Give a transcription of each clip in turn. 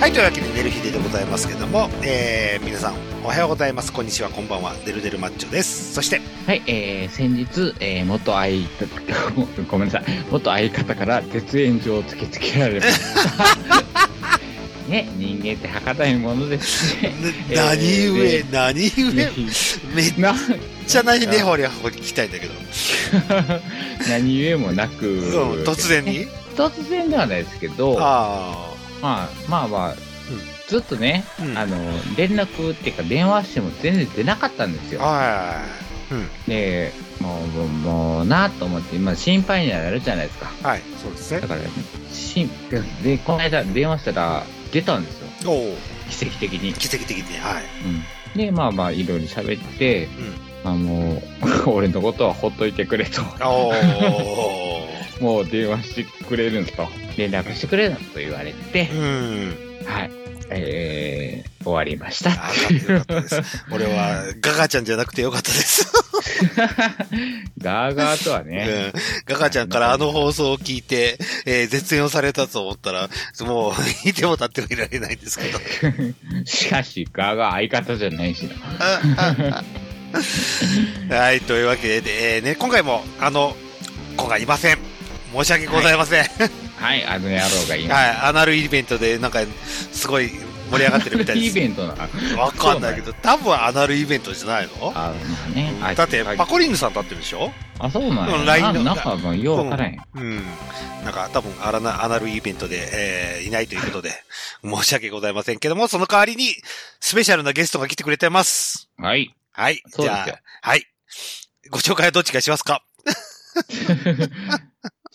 はい、というわけで、デルヒデでございますけども、えー、皆さん、おはようございます。こんにちは、こんばんは。デルデルマッチョです。そして、はい、えー、先日、えー、元相 方、ごめんなさい、元相方から絶縁状を突きつけられました。 ね、人間って博多いものですね。ねえー何故、で何故、ぜめひっなちゃ何ね、ほりゃほり聞きたいんだけど。何故もなく、うん、突然に突然ではないですけど、まああまあまあ、ずっとね、あ、うん。あはいの、連絡っていうか電話しても全然出なかったんですよ。はい。で、もう、もう、もうなと思って、今心配になるじゃないですか。うん。はい、そうですねだ。から、しん、で、この間電話したら、出たんですおよ。お奇跡的に。奇跡的に、はい。うん。で、まあまあ、いろいろ喋って、んまあもう、俺の ことはほっといてくれと。 おおもう電話してくれるんと。連絡してくれるんと言われてう、ん。はい。えー、終わりましたあっーていようかっ。たです。俺は、ガガちゃんじゃなくてよかったです。ガーガーとはね、うんガガちゃんからあの放送を聞いて、えー絶縁をされたと思ったら、もう、 いても立ってもいられないんですけど。しかし、ガーガー相方じゃないしな。はい、というわけで、えーね、今回も、あの、今回いません。申し訳ございません。はい、はい、あの野郎 が今。アナルイベントで、なんか、すごい盛り上がってるみたいいいイでベントなの。す。わかんないけど、多分アナルイベントじゃないのあまあね。あだって、あパコリングさん立ってるでしょあ、そうなんやうん LINE のななんかもうようわからんよ。うん。なんか、多分アラナ、アナルイベントで、えーいないということで、 申し訳ございませんけども、その代わりに、スペシャルなゲストが来てくれてます。はい。はい。そうじですゃよあ、はい。ご紹介はどっちがしますか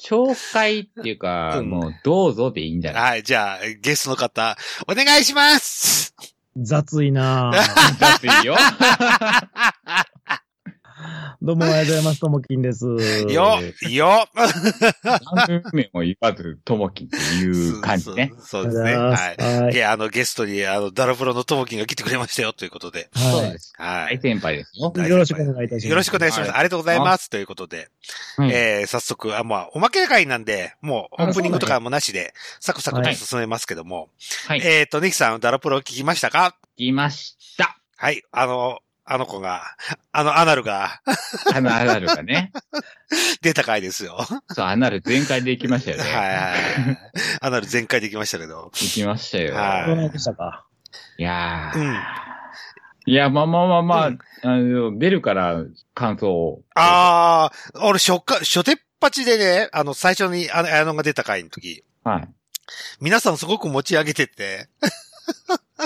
紹介っていうか、うんもうどうぞでいいんじゃないはい。じゃあ、ゲストの方、お願いします雑 いなぁ。雑いよ。どうもおはようございます。ともきんです。よよ番組名も言わず、ともきっていう感じね。そうおそうはようでごすね。ざいます。は。はいい。で、あの、ゲストに、あの、ダラプロのともきんが来てくれましたよ、ということで。そうはです。は大い。先輩ですよ。い。よろしくお願いいたします。よろしくお願いします。あはりがとうございます。ということで。うんえー早速、あ、まあ、おまけ会なんで、もう、オープニングとかもなしで、サクサクと進めますけども。はい。聞えっ、と、ネキさん、ダラプロ聞きましたかきました。はい、あの、あの子が、あの、アナルが あの、アナルがね。出た回ですよ。はそう、アナル全開で行きましたいよはね。いはい。アナル全開できましたけ ど。行きましたよ。はいどうなりましたかいやうー。ん。いや、まあまあまあまあ、うんあの、出るから感想を。あー、俺、初回、初手っ端でね、あの、最初に、あの、あのが出た回の時、はい。皆さんすごく持ち上げてて、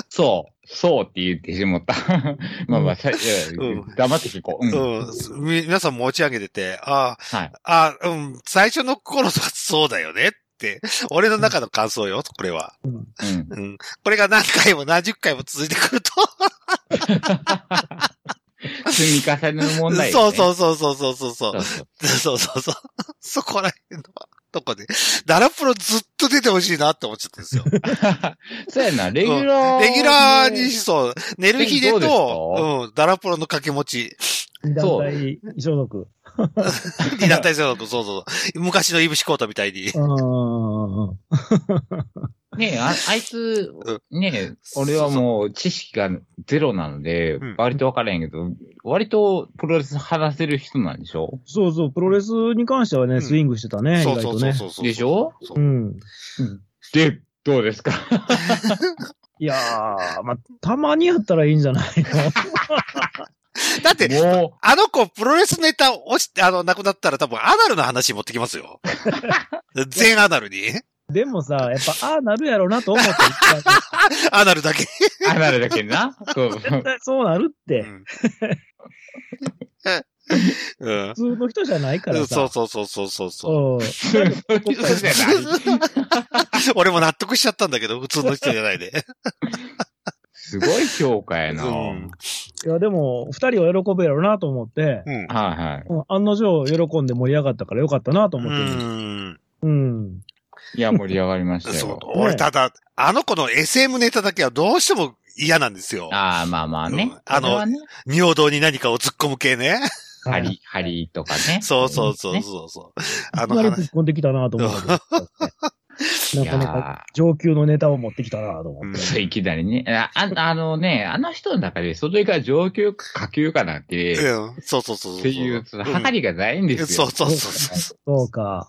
そう、そうって言ってしもった。 まあまあ、さいやうん黙って聞こう。ううん。ん、み皆さん持ち上げてて、あーはい。あー、うん、最初の頃とはそうだよねって、俺の中の感想よ、これは。うん。うん。うん。これが何回も何十回も続いてくると。積み重ねの問題、ね。そううそうそうそうそうそう。そうそう。そうそうそう。そこら辺のとこで。ダラプロずっと出てほしいなって思っちゃったんです よ。そうやな、レギュラー。レギュラーにしそう。寝る日でどうですとか、うん、ダラプロの掛け持ち。二団体所属。になったりするのと、そうそうそう。昔のイブシコートみたいに。うんうんうん。ねえ、ああいつ、ねえ、俺はもう知識がゼロなのでうん、割と分からへんけど、割とプロレス話せる人なんでしょそうそう、プロレスに関してはうんね、スイングしてたね、意そ外うそうとそうね。そうそう。でしょそううん。で、どうですかいやー、まあ、たまにやったらいいんじゃないだって、もあの子、プロレスネタ落ちて、あの、亡くなったら多分アナルの話持ってきますよ。 全アナルに。のでもさ、やっぱ、ああ、なるやろうなと思って一回アナルだけ。う、あなるだけな。そうそう絶。対そうなるうっ て、ん。うん。 普通の人じゃないからさ。そうそうそうそうそうそう。うんそういうことじゃない。 俺も納得しちゃったんだけど、普通の人じゃないで。すご い評価やな。うはいんいや、でも、二人は喜べやろうなと思って、うん。はい。うん案の定喜んで盛り上がったからよかったなと思ってる。うん。いや、盛り上がりましたそうよ。。俺、ただ、あの子の SM ネタだけはどうしても嫌なんですよ。ああ、まあまあねうん。あのそれはね、尿道に何かを突っ込む系 ね。ハリ、ハリとかね。そうそうそうねそうそう。ああのの、いきな話。り突っ込んできたなと思ったけど。なかなか上級のネタを持ってきたなと思うんっそう、いきなりね。あ、ああのね、あの人の中で、それが上級か下級かなんて、うんそうそうそうそう。っていう、その、うんはかりがないんですよ。そうそうそうて。そう。そうか。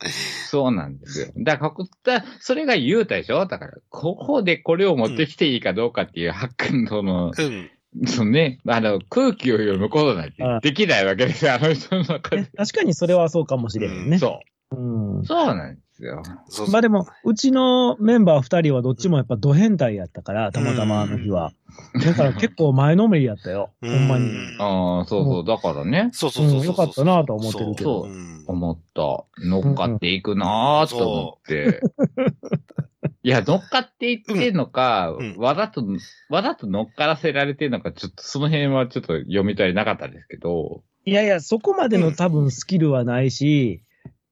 そうなんですよ。だから、ここ、だそれが言うたでしょだから、ここでこれを持ってきていいかどうかっていう、ハックンとの、うん。そのね、あの、空気を読むことなんてできないわけですよ、あの人の中で。確かにそれはそうかもしれんね。そうんう。。そうなんですよ。そうそうまあでも、うちのメンバー二人はどっちもやっぱド変態やったから、たまたまあの日は。だから結構前のめりやったよ。ほんまうに。、ああ、そうそう、だからね、そうそうそううんそう。よかったなとは思ってるけど。そううん思った。乗っかっていくなぁと思って。 いや、乗っかっていってんのか、うんわざと、わざと乗っからせられてんのか、ちょっとその辺はちょっと読み取れなかったですけど、いやいや、そこまでの多分スキルはないし、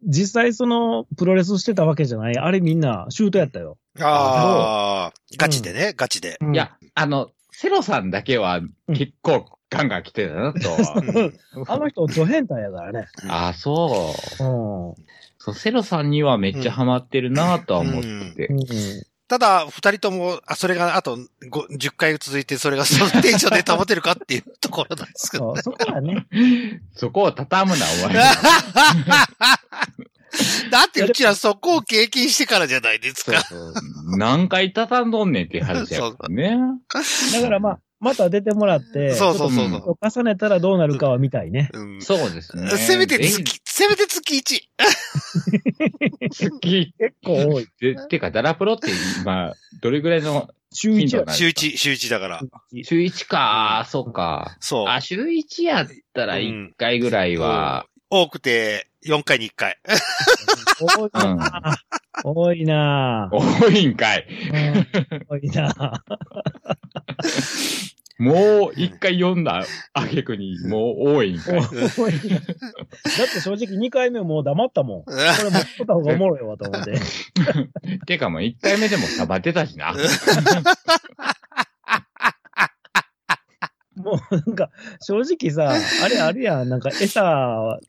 実際そのプロレスしてたわけじゃない。あれみんなシュートやったよ。ああ、ガチでね、ガチ で。いや、あの、セロさんだけは結構ガンガン来てたなとうは。んあの人ド変態やからね。ああ、そう。うん。うそう、セロさんにはめっちゃハマってるなぁとは思ってて。ん。ただ、二人とも、あ、それがあとご10回続いて、それがそのテンションで保てるかっていうところなんですけ ど。そう、そこはね。そこを畳むな、お前。 だって、うちらそこを経験してからじゃないですそうか。そう。何回畳んどんねんっていう話やからね。だからまあ、また出てもらって、そうそうそうそちょっう。ちょっと重ねたらどうなるかは見たいね。うんそうですね。せめてぜひ月、せめて月1。月結構多い。 で、てか、ダラプロって今、どれぐらいの週一頻や度な週1、週1だから。週1か、そうか。そう。あ、週1やったら1回ぐらいは、多くて、4回に1回。 多いなぁ。 多いなぁ。多いんかい。うん多いなぁ。もう1回読んだ、あげくに、もう多いんかい。多いなぁだって正直2回目もう黙ったもん。これ持っとった方がおもろいわと思って。てか、もう1回目でもサバてたしな。もうなんか、正直さ、あれあるやん、なんか餌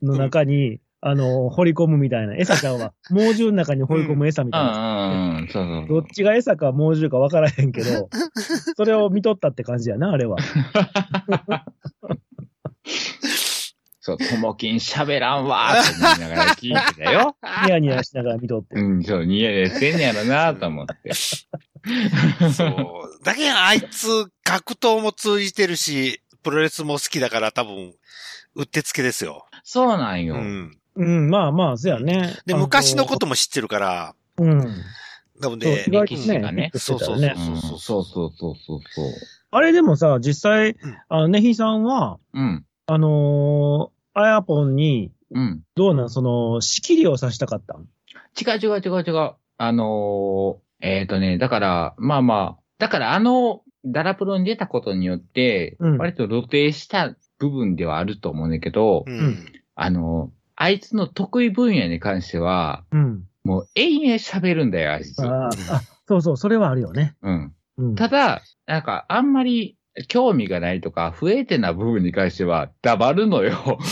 の中に、あの、掘り込むみたいな。餌ちゃうわ。猛獣の中に掘り込む餌みうたいんな。うんうん、そうそうそどっう。ちが餌か猛獣か分からへんけど、それを見とったって感じやな、あれは。そう、ともきん喋らんわーって言いながら聞いてたよ。ニヤニヤしながら見とって。うん、そう、逃げてんねやろなと思って。そう。だけど、あいつ、格闘も通じてるし、プロレスも好きだから、多分、うってつけですよ。そうなんうよ。ん。うん、まあまあ、そやね。で、あ昔のことも知ってるから、うん。多分そうね意、外と歴史がねそうそうそうねうんそうそうそうそうそう。あれでもさ、実際ん、あの、ねひさんは、うん。あのー、あやぽんに、うん。どうなん、その、仕切りをさしたかったん違う違う違う違う。あのー、えっ、とね、だから、まあまあ、だからあの、ダラプロに出たことによって、うん割と露呈した部分ではあると思うんだけど、うん。あのー、あいつの得意分野に関しては、うん。もう延々喋るんだよ、あいつ。あーあ、そうそう、それはあるよね。うん。うん。ただ、なんか、あんまり興味がないとか、不得手な部分に関しては、黙るのよ。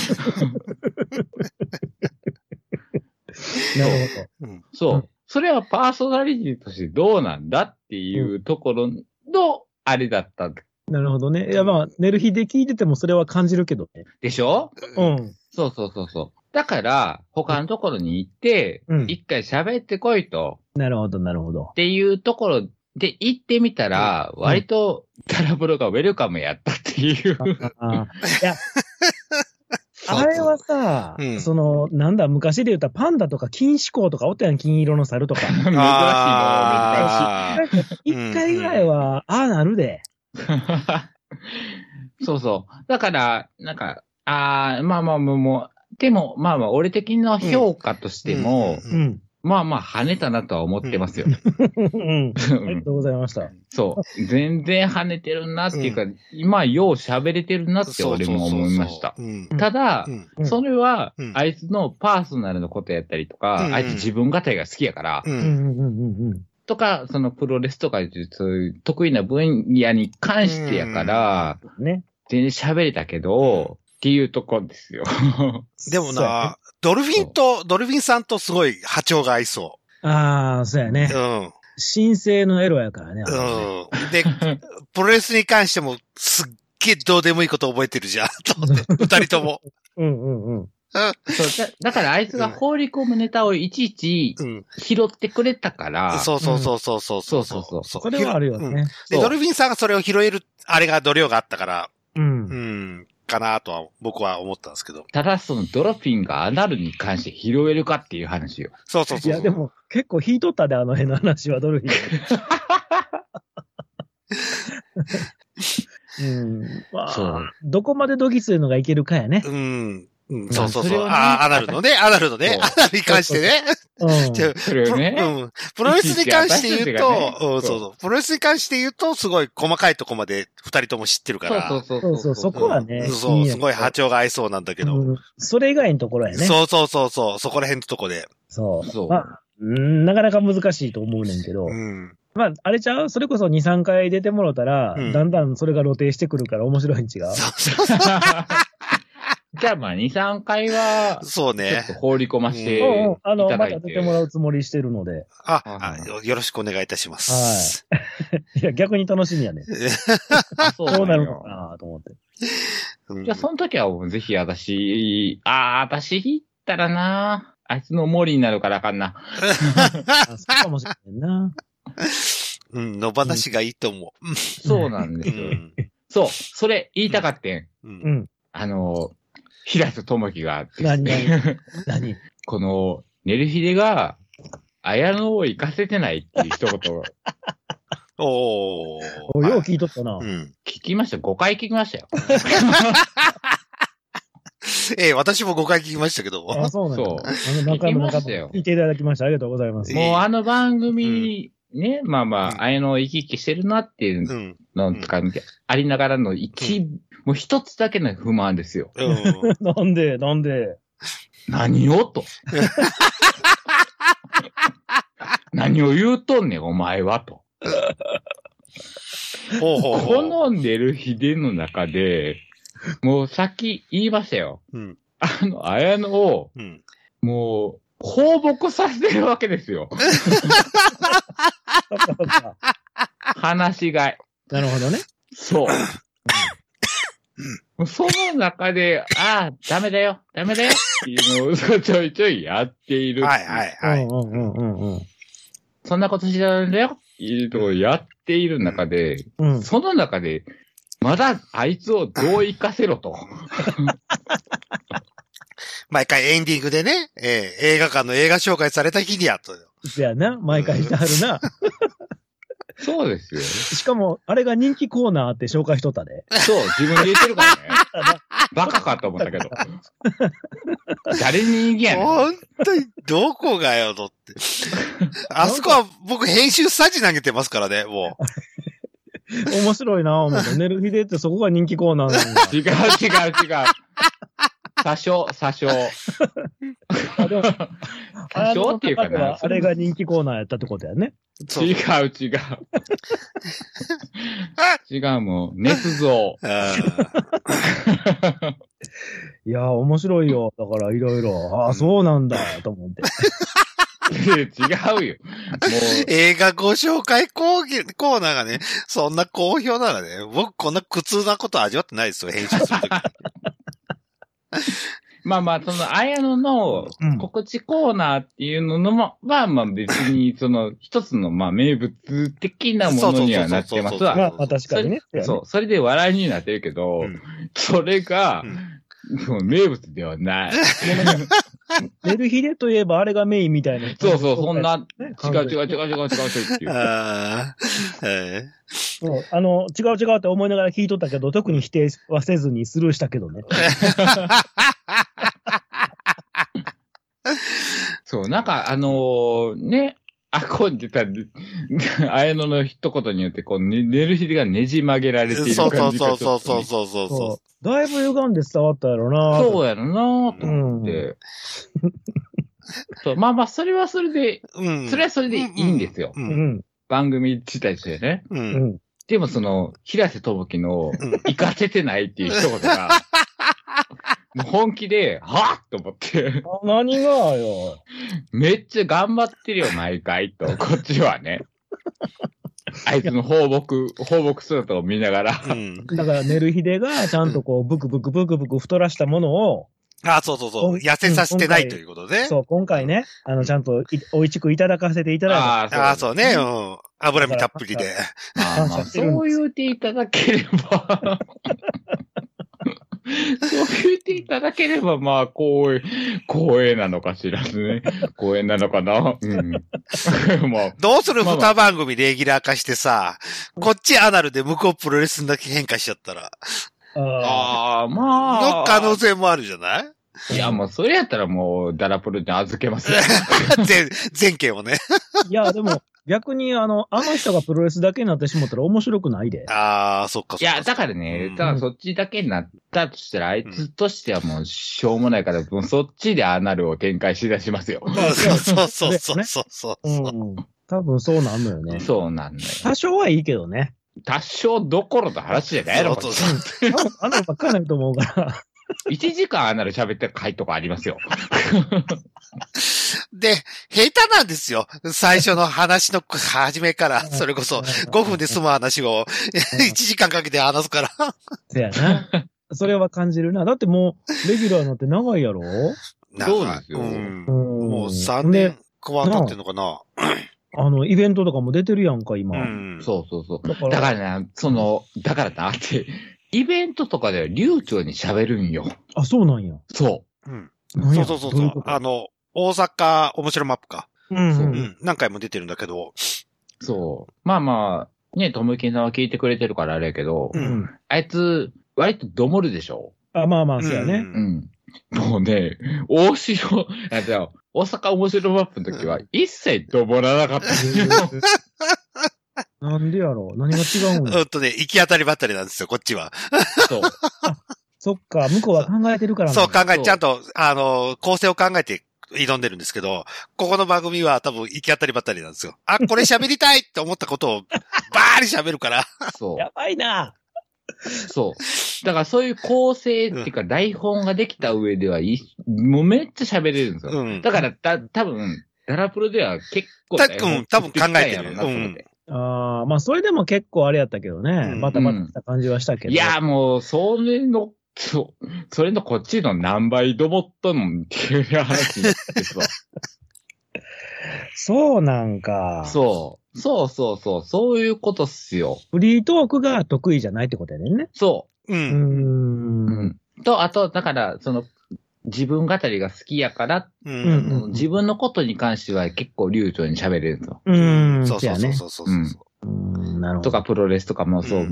なるほど。。そううんそれはパーソナリティとしてどうなんだっていうところの、あれだったなるほどね。いや、まあ、寝る日で聞いててもそれは感じるけどね。でしょうん。そうそうそうそう。だから、他のところに行ってう、ん一回喋ってこいと、なるほど、なるほどっ。ていうところで行ってみたら、ん割とタラブロがウェルカムやったっていう。 あーいや、あれはさ、うんその、なんだ、昔で言ったパンダとか金糸孔とかおったやん、金色の猿とか。珍しいの珍しあー一回ぐらいは、ああなるで。い。 そうそう。だから、なんか、ああ、まあまあもう、もうでも、まあまあ、俺的な評価としても、うんうん。まあまあ、跳ねたなとは思ってますよ。うん。ありがとうございました。そう。全然跳ねてるなっていうか、今、よう喋れてるなってそう俺も思いました。そうそうそう。ただう、ん。うんそれはう、んあいつのパーソナルのことやったりとか、うんあいつ自分語りが好きやから、う。うんうん。んうんうんうんとか、そのプロレスとかいう、そういう得意な分野に関してやから、うん。ね。全然喋れたけど、っていうとこ ですよ。でもな、ドルフィンと、ドルフィンさんとすごい波長が合いそああ、そうやねう。ん。神聖のエロやからね。あれねうん。で、プロレスに関しても、すっげえどうでもいいこと覚えてるじゃん、 と思って、二人とも。うんうんうん。そうだだからあいつが放り込むネタをいちいちうん。拾ってくれたから、そうそうそうそうそうそう。そうそうそそれはあるようんね。で、そうドルフィンさんがそれを拾える、あれが度量があったから、う。うんん、かなとは僕は思ったんですけど。ただそのドロフィンがアナルに関して拾えるかっていう話よ。そうそういそう。や、でも、結構引いとったで、あの辺の話は、ドルフィン。うん。まあ、そうどこまでドギするのがいけるかやね。うん。うん、あそうそうそれそう。をねああ、アナルのね、アナルのね、そアナルに関してね。うん。じゃあそれをプね、ロうん。プロレスに関して言うと、いちいち私たちがねうん、そうそう。プロレスに関して言うと、すごい細かいとこまで二人とも知ってるから。そうそうそそううそう、そこはね。うんそう、すごい波は長が合いそうなんだけど。うん。それ以外のところやね。そうそうそうそう、そこら辺のとこで。そう。そうまあ、うんなかなか難しいと思うねんけど。うん。まあ、あれちゃうそれこそ2、3回出てもろたら、うんだんだんそれが露呈してくるから面白いん違そううそうそう。 じゃあまあ2、3回は、そうちょっねと。放り込ませていうんうんあの、たまだたい出て。てもらうつもりしてるので。あああよ、よろしくお願いいたします。いや、逆に楽しみやね。あそうどうななんるのかよ。なと思って。うんじゃあその時はもうぜひ私、ああ、私引いたらな、あいつの森になるからあかんな。あそうかもしれ んな。うん、野放しがいいと思う。そうなんですうよ。ん。そう、それ言いたかってん。う。うんん。あの、平瀬智樹がです何ね、何この、ネルヒデが、綾野を行かせてないっていう一言をおー。およう聞いとったなう。ん。聞きました。5回聞きましたよ。ええ、私も5回聞きましたけど。あ、そうなんだ。そうあの、中山聞きま中したよ聞いていただきました。ありがとうございます。もうあの番組、ね、まあまうんあ、綾野を生き生きしてるなっていううん。のとか、ありながらの一、もう一つだけの不満ですよ。うん。なんで、なんで。何を と。何を言うとんねん、お前はと。ほうほうほ好う。んでる秘伝の中で、もうさっき言いましたよ。うん。あの、綾野を、うん。もう、放牧させてるわけで すよ。そっかそっか話しがい。なるほどね。そう。もうその中で、ああ、ダメだよ、ダメだよっていうのをちょいちょいやっている。はいはいはうい。んうんうんうんうん。そんなことしちゃうんだよっていうのをやっている中で、うん。その中で、まだあいつをどう生かせろと。毎回エンディングでね、ええ映画館の映画紹介された日にやと。せやな。毎回してはる な。そうですよ。しかも、あれが人気コーナーって紹介しとったで。そう、自分で言ってるからね。バカかと思ったけど。誰に言いやねん。本当に、どこがよ、とって。あそこは僕編集サジ投げてますからね、もう。面白いな、思って。ネルヒデってそこが人気コーナーなんだ。違う違う違う。詐称、詐称。あでも多少っていうかなあの中ではあれが人気コーナーやったってことやね。そう違う違う。違うもん。捏造。あいやー、面白いよ。だから、いろいろ。ああ、そうなんだ、と思って。違うよ。ー映画ご紹介講義コーナーがね、そんな好評ならね、僕こんな苦痛なこと味わってないですよ、編集するとき。もう、まあまあ、その、あやののうん告知コーナーっていうののも、まあまあ別に、その、一つの、まあ名物的なものにはなってまそうそうそすうそうわ。まあ、まあ確かにね。そうやねそう、それで笑いになってるけど、うんそれがう、んもう名物ではない。メルヒデといえばあれがメインみたいな。そうそう、そんね。な、違う違う違う違う違う違うってい う。あーえそうあの、違う違うって思いながら聞いとったけど、特に否定はせずにスルーしたけどね。そう、なんか、あのーね、あ、こう言ってた、綾野の一言によって、こう、ね、寝る日がねじ曲げられていーるそ感うじがそうそうそうそうちそうそうそ。そうだいぶ歪んで伝わったやろょっなとねぁそうやろなーと思って。うそうまあまあ、それはそれで、う。うん。それはそれでいいんですよ。う。うんん。番組自体でね。う。うんん。でもその、平瀬智樹の、うん 行かせてないっていう一言が、もう本気で、はっと思って、何がよ。めっちゃ頑張ってるよ、毎回、と、こっちはね。あいつの放牧、放牧姿を見ながら、うん。だから、寝る秀が、ちゃんとこう、ブクブクブクブク太らしたものを、あ、そうそうそう。痩せさせてないということね。そう、今回ね、あの、ちゃんとい、おいちくいただかせていただいあああ、そうね。う。うん脂身たっぷりで。あーまあ、そう言うていただければ、そう言うていただければ、まあ、光栄、光栄なのかしらずね。光栄なのかな うん。まあ、どうするまあまあ二番組レギュラー化してさ、こっちアナルで向こうプロレスにだけ変化しちゃったら、た。あああ、まあ。の可能性もあるじゃない いや、もう、それやったらもう、ダラプルに預けますよ。全、全件をね。あ。いや、でも、逆に、あの、あの人がプロレスだけになってしまったら面白くないで。ああ、そっかそっか。いや、だからねうん、ただそっちだけになったとしたら、あいつとしてはもう、しょうもないから、もうそっちでアナルを展開しだしますよ。うんそうそうそうそうそう。うん。多分そうなんのよね。そうなんだよ。多少はいいけどね。多少どころの話じゃないやろ、そう1そうあのばっかりなると思う から。時間アナル喋ってる回とかありますよ。で、下手なんですよ。最初の話の始めから、それこそ5分で 済む話を1時間かけて話すから。せやな。それは感じるな。だってもう、レギュラーなんて長いやろそうなんですよんもうも3年。は経ってんのかなあの、イベントとかも出てるやんか、今。んそうそうそう。だからだからね、その、だからなって、イベントとかでは流暢に喋るんよ。あ、そうなんや。そうんなそんうやそうそうどそういうことあの、大阪面白マップか。うん。そううんうんん。何回も出てるんだけど。う。そう。まあまあ、ね、とむきんさんは聞いてくれてるからあれやけど、うんうんあいつ、割とどもるでしょあ、まあまあ、そうやね。う。ん。もうね、大城、あ、じゃあ大阪面白マップの時は、一切どもらな かったんですよ。なんでやろう何が違う んうやんとね、行き当たりばったりなんですよ、こっちは。そう。そっか、向こうは考えてるからなそう考え、そうちゃんと、あの、構成を考えて挑んでるんですけど、ここの番組は多分行き当たりばったりなんですよ。あ、これ喋りたいって思ったことを、ばーり喋るから。そう。やばいな。そう。だからそういう構成っていうか台本ができた上ではいい、もうめっちゃ喋れるんですよ。うん。だから、た、多分ダラプロでは結構た台本うん多分考えてる作ってきたんやろうなと思ってあーまあ、それでも結構あれやったけどねう。ん。バタバタした感じはしたけど。いやー、もう、それの、そう、それのこっちの何倍どもっとんっていう話になってさそうなんか。そう。そうそうそう、そういうことっすよ。フリートークが得意じゃないってことやねんね。そううんう。ーん。と、あと、だから、その、自分語りが好きやから、う。うんん自分のことに関しては結構流暢に喋れるんですよ。うーん。そうそうせそやうねそうそうそう。うーんなるほど。とかプロレスとかもそう、うん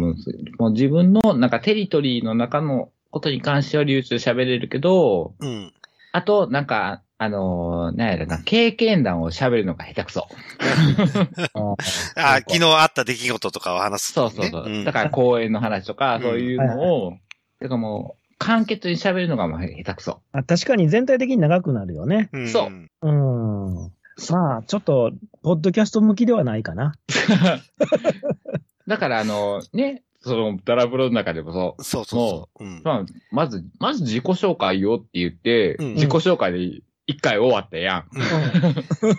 もう自分のなんかテリトリーの中のことに関しては流通喋れるけど、うん。あとなんか、あのーなんやろな、経験談を喋るのが下手くそ。ああ、そうか昨日あった出来事とかを話す、そうそうそう。ねんだから公演の話とか、うんそういうのを、だからもう、簡潔に喋るのがもう下手くそ。あ確かに全体的に長くなるよね。うんそううーん。まあ、ちょっと、ポッドキャスト向きではないかな。だからあのね、そのダラブロの中でもそう、そうそうそう。うん。まあ、まず、まず自己紹介よって言って、うん自己紹介で一回終わったやん。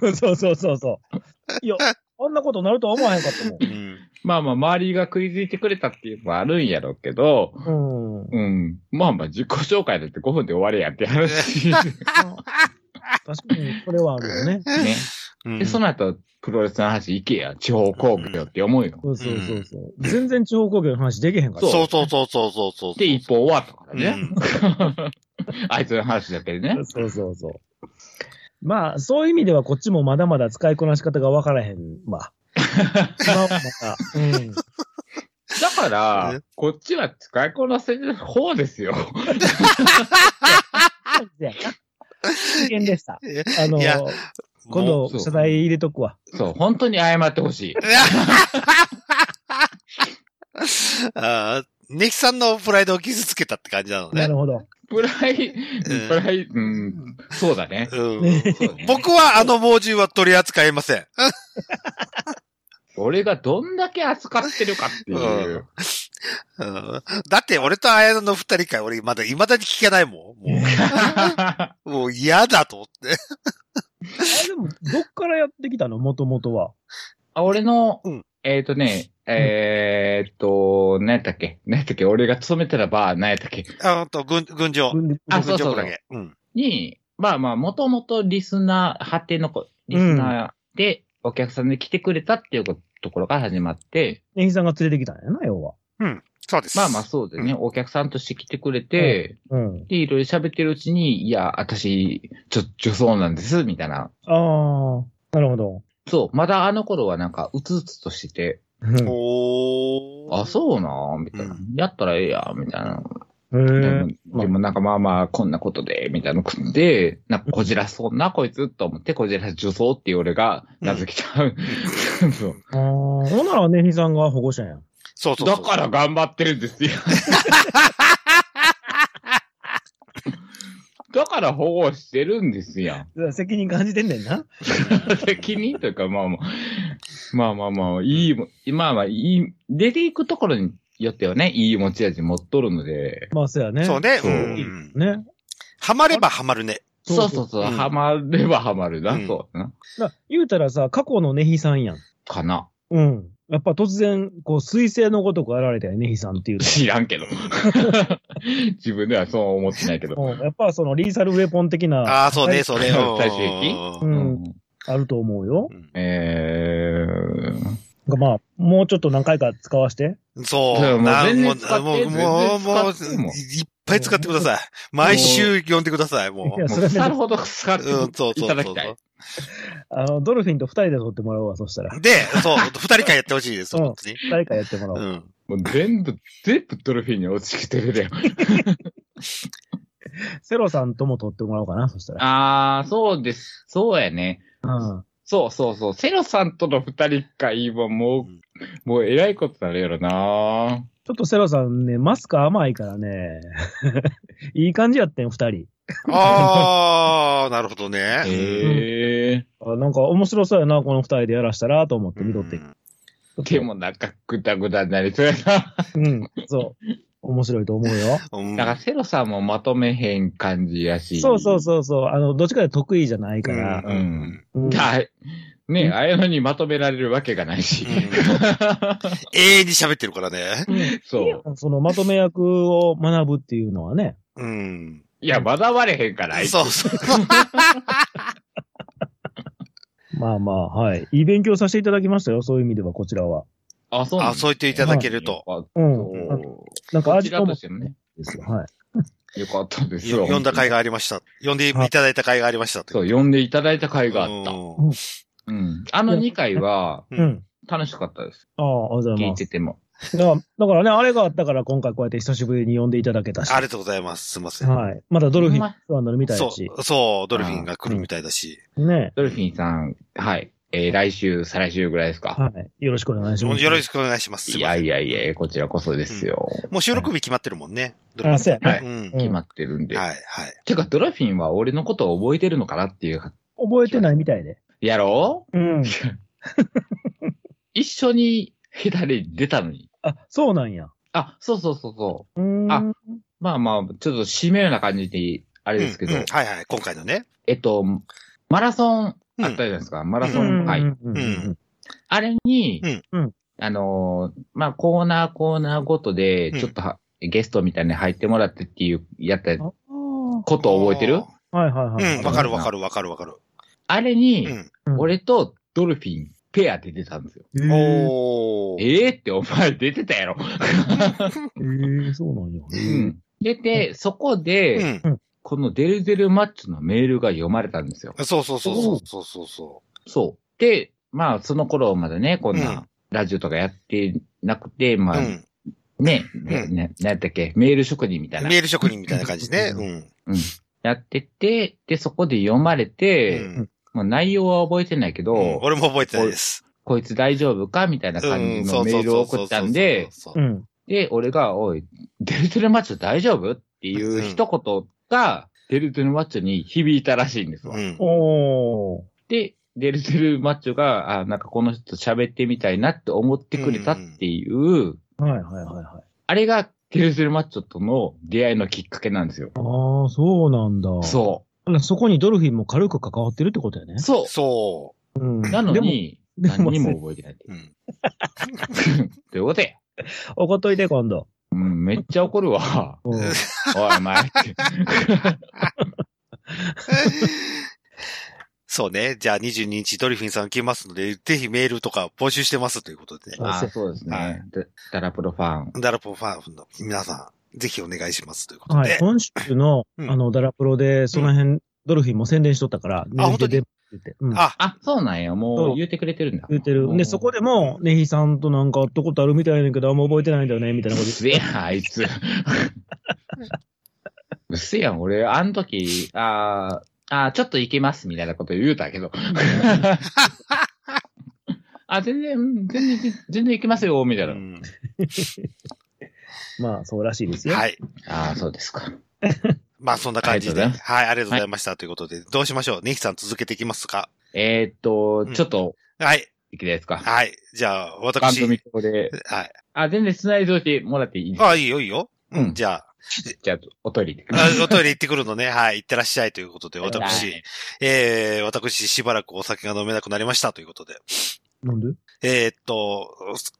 うん そうそうそう そう。いや、あんなことなるとは思わへんかったもん。うんまあまあ、周りが食いついてくれたっていうのはあるんやろうけど、うん。うんうん。まあまあ、自己紹介だって5分で終わりやって 話。確かに、それはあるよね。ね。うんで、その後、プロレスの話行けや、地方工業って思うよ。 そうそうそうそう。全然地方工業の話できへんから。そうそうそうそうそうそう。で、一本終わったからうね。んあいつの話だけでね。そうそうそう。まあ、そういう意味ではこっちもまだまだ使いこなし方がわからへん わ。まあまあうん。だかえら、こっちは使いこなせる方ですよ。そうやな。危険でした。えあのいや、今もう度、謝罪入れとくわ。そう、本当に謝ってほしい。あーネキさんのプライドを傷つけたって感じなのなね。るほど。プライ、プライ、うん、そうだね。うんねそうね僕はあの猛獣は取り扱いません。俺がどんだけ扱ってるかっていう。うんだって俺と綾野の二人会、俺まだ未だに聞けないもん。もあう、もう嫌だと思って。あれでも、どっからやってきたのもともとは。 俺の、うんえっ、とね、えっ、と、何やったっけ何やったっけ俺が勤めてたバー、何やったっけあと、軍、軍場。あ軍そうそ場うクラゲ。うん。に、まあまあ、もともとリスナー、発展の子、リスナーでお客さんで来てくれたっていうところから始まって、ネヒさんが連れてきたんやな、要は。そうです。まあまあそうでね、お客さんとして来てくれて、うん。で、いろいろ喋ってるうちに、いや、私、ちょ、女装なんです、みたいな。ああ、なるほど。そう、まだあの頃はなんか、うつうつとしてて、うんおー。あ、そうなぁみたいな。うやったらええやみたいな。へでえも、でもなんかまあまあ、こんなことで、みたいなの食って、なんかこじらしそうな、こいつ、と思って、こじらし女装っていう俺が、名付けちゃう。 そうああ、ほんならネヒさんが保護者やん。そうそうそう。だから頑張ってるん ですよ。だから保護してるんですやん。責任感じてんねんな。責任というか、まあまあ、まあまあまあ、いいも、まあまあ、いい、出ていくところによってはね、いい持ち味持っとるので、まあ、そうやね。そうね。う。そうんね。ハマればハマるね。そそううそそううそう、うんハマればハマるな、うんそうな、だ言うたらさ、過去のネヒさんやん。かな。うん。やっぱ突然、こう、彗星のごとく現れたよね、ネヒさんっていう知らんけど。自分ではそう思ってないけど。の。うん。やっぱそのリーサルウェポン的な、ああ、そうね、そうね。うん最終的うんうんあると思うよ。えー、まあ、もうちょっと何回か使わして。そ。いうやもうなん全もう然使ってもう、もう、もう、全然使ってもいっぱい使ってください。毎週呼んでください、もいや、う。もそうれは腐るね、ほど使ってうん、そうそういそたうだそきうたい。あの、ドルフィンと二人で撮ってもらうわ、そしたら。で、そう、二人会やってほしいです、うん本当に。誰かやってもらおう。うん。もう全部、全部ドルフィンに落ちてるで。セロさんとも撮ってもらおうかな、そしたら。あー、そうです。そうやね。うん。そうそうそう。セロさんとの二人会はもうんう、もう偉いことになるやろなちょっとセロさんね、マスク甘いからね、 いい感じやってん、二人。ああ、なるほどね。えあなんか面白そうやな、この二人でやらしたら、と思ってうん見とってん。ー。でもなんかグダグダになりそうやな。うん、そう。面白いと思うよ。うんだからセロさんもまとめへん感じやし。そうそうそうそう。あの、どっちかで得意じゃないから。うんうんうんだねうえ、んあやのにまとめられるわけがないしう。ん永遠に喋ってるからね。そう。そのまとめ役を学ぶっていうのはね。うん。いや、学ばれへんから、あいつそうそう。まあまあ、はい。いい勉強させていただきましたよ。そういう意味では、こちらは。あ、そうなんあだそう言っていただける と。よかったうん。なんかこ味ちとらもとしてもね。ですよ。はい。よかったですよ。呼んだ回がありました。呼んでいただいた回がありました。そう、呼んでいただいた回うがあった。んうん。あの2回は、う。うんん。楽しかったです。ああ、ありがとうござい聞いまてす。ても。だからだからね、あれがあったから今回こうやって久しぶりに呼んでいただけたし。ありがとうございます。すいません。はい。まだドルフィほんンファンドのみたいそだし。う、そう、ドルフィンが来るみたいだし。ね。ドルフィンさん、はい。えー来週、再来週ぐらいですか。はい。よろしくお願いしもまうす。よろしくお願いします。すいいまやせんいやいや、こちらこそですよ。もう収録日決まってるもんね。ドルあ、フそうやね。はいィン。うんうん決まってるんで。はい、はい。てか、ドルフィンは俺のことを覚えてるのかなっていう。覚えてないみたいで。やろううん。一緒に左に出たのに。あ、そうなんや。あ、そうそうそうそう。うーん。あまあまあ、ちょっと締めような感じで、あれですけど、うんうんはいはい、今回のね。えっと、マラソンうんあったじゃないですか。マラうソんン会。うんうんあれに、うんうんあのーまあ、コーナーコーナーごとで、うんちょっとは、ゲストみたいに入ってもらってっていう、やったあーことを覚えてるはいはいはい。うん、わかるわかるわかるわかる。あれに、うん俺とドルフィン、ペアで出たんですよ。えーおー。ええってお前出てたやろ。えー、そうなんや。うん出て、そこで、うん。このデルデルマッチのメールが読まれたんですよ。そうそうそうそうそうそうそそう。で、まあ、その頃までね、こんうんな、ラジオとかやってなくて、まう。あ、うね、ん。ね、うんねなんやったっけ、メール職人みたいな。メール職人みたいな感じね。ううん。やってて、で、そこで読まれて、うんもう内容は覚えてないけど、うん俺も覚えてないです。こいつ大丈夫かみたいな感じうんのメールを送ったんで、、そうそうそうう。そうそうんで、俺が、おい、デルトルマッチョ大丈夫っていう一言が、デルトルマッチョに響いたらしいんですわ。うんおー。で、デルデルマッチョが、あ、なんかこの人と喋ってみたいなって思ってくれたっていう、はいはいはいはい。あれがデルデルマッチョとの出会いのきっかけなんですよ。ああ、そうなんだ。そそこにドルフィンも軽く関わってるってことやねう。。そそうう。んなのでもに、でも何にも覚えてない。う。うん。ということや。怒っといて、今度。うん、めっちゃ怒るわ。うんおい、お前って。 そうね。じゃあ22日ドリフィンさん来ますので、ぜひメールとか募集してますということで。ああそうですはねい。ダダラプロファン。ダラポファンの皆さん、ぜひお願いしますということはい。で。今週の、うんあの、ダラプロで、その辺、ドルフィンも宣伝しとったから、本当にネヒで出てうんあ、あ、そうなんや。もう言うてくれてるんだ。言ってる。で、そこでも、ネヒさんとなんか会ったことあるみたいやねんけど、あんま覚えてないんだよね、みたいなうこっとせやん、あ いつ。うっせやん、俺、あの時、あーあー、ちょっと行けます、みたいなこと言う たけど。あ、全然、全然、全然行けますよ、みたいうな。んまあ、そうらしいですよ。はい。ああ、そうですか。まあそんな感じで。ありがとうございまはい、ありがとうございました。ということで、どうしましょうネヒさん続けていきますかえーっとう、んちょっと、はい。いきですか。はい。じゃあ、番私。は組いここで。。あ、全然繋いでおいてもらっていいですかあ、いいよ、いいよ。うん、じゃあ、じゃあ、おトイレ行ってくるあおトイレ行ってくるのね。 はい、行ってらっしゃいということで、私、はいえー、私、しばらくお酒が飲めなくなりましたということで。なんでえーっと、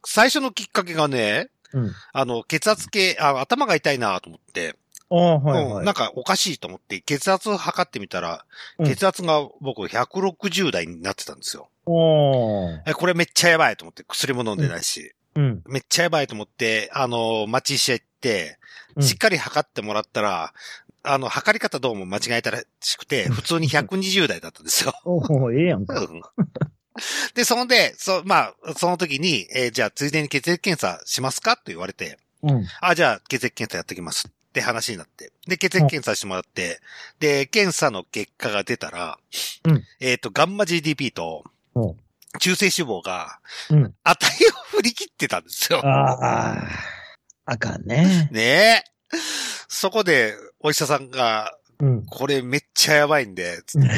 最初のきっかけがね、うん。あの、血圧計、あ頭が痛いなと思って、ああ、はいはういん。なんかおかしいと思って、血圧測ってみたら、うん血圧が僕160台になってたんですよ。おーえこれめっちゃやばいと思って、薬も飲んでないし、うん。めっちゃやばいと思って、あの、待ち医者行って、うんしっかり測ってもらったら、あの、測り方どうも間違えたらしくて、普通に120台だったんですよ。おおええやんか。うんで、そんで、そ、まあ、その時に、えーじゃあ、ついでに血液検査しますかと言われて、うん。あ、じゃあ、血液検査やってきますって話になって。で、血液検査してもらって、で、検査の結果が出たら、うんえっ、と、ガンマ GDP とうん、中性脂肪が、うん値を振り切ってたんですよ。ああ、あかんね。ねえ。そこで、お医者さんが、うん。これめっちゃやばいんで、つって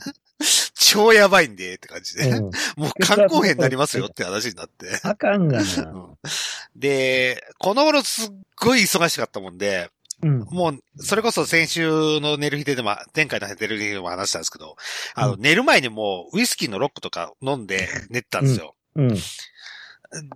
超やばいんで、って感じで、うんもう肝硬変になりますよって話になって。あかんがうな。んで、この頃すっごい忙しかったもんで、うん。もう、それこそ先週の寝る日ででも、前回の寝る日でも話したんですけど、あの、う寝る前にもう、ウイスキーのロックとか飲んで寝てたんですよ。うん。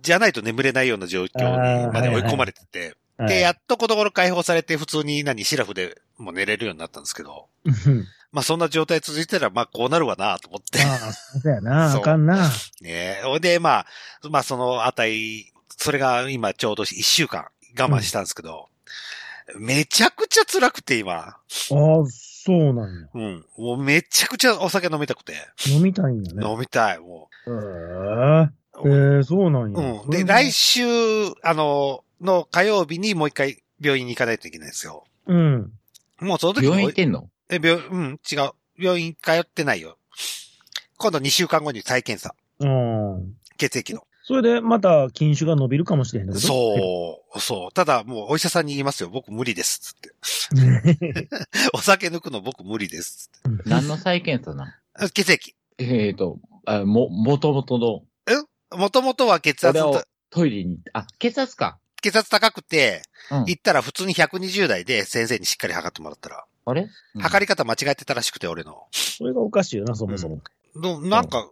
じゃないと眠れないような状況にまで追い込まれてて、はいで、やっとこの頃解放されて、普通に何、シラフでも寝れるようになったんですけど、うんまあそんな状態続いてたら、まあこうなるわなと思って、ああ、そうやな。そうあかんな。ねほんで、まあ、まあその値、それが今ちょうど1週間我慢したんですけど、めちゃくちゃ辛くて今、ああ、そうなんや。うん、もうめちゃくちゃお酒飲みたくて、飲みたいんやね。飲みたい、もえー、えー、そうなんう。や。うん。で、来週、あの、の火曜日にもう一回病院に行かないといけないんですよ。うん。もうその時に病院行ってんのえ、病、うん、違う。病院通ってないよ。今度2週間後に再検査。うん。血液の。それで、また、禁酒が伸びるかもしれへんってことそう、そう。ただもうお医者さんに言いますよ。僕無理です。つって。お酒抜くの僕無理です。つっ何の再検査 なてあ血液。えーっと、あも、もともとの、もともとは血圧俺をと、トイレに、あ、血圧か。血圧高くて、うん。行ったら普通に120代で先生にしっかり測ってもらったら。あれ測り方間違えてたらしくて、俺の。 それがおかしいよな、そもそも。のなんか、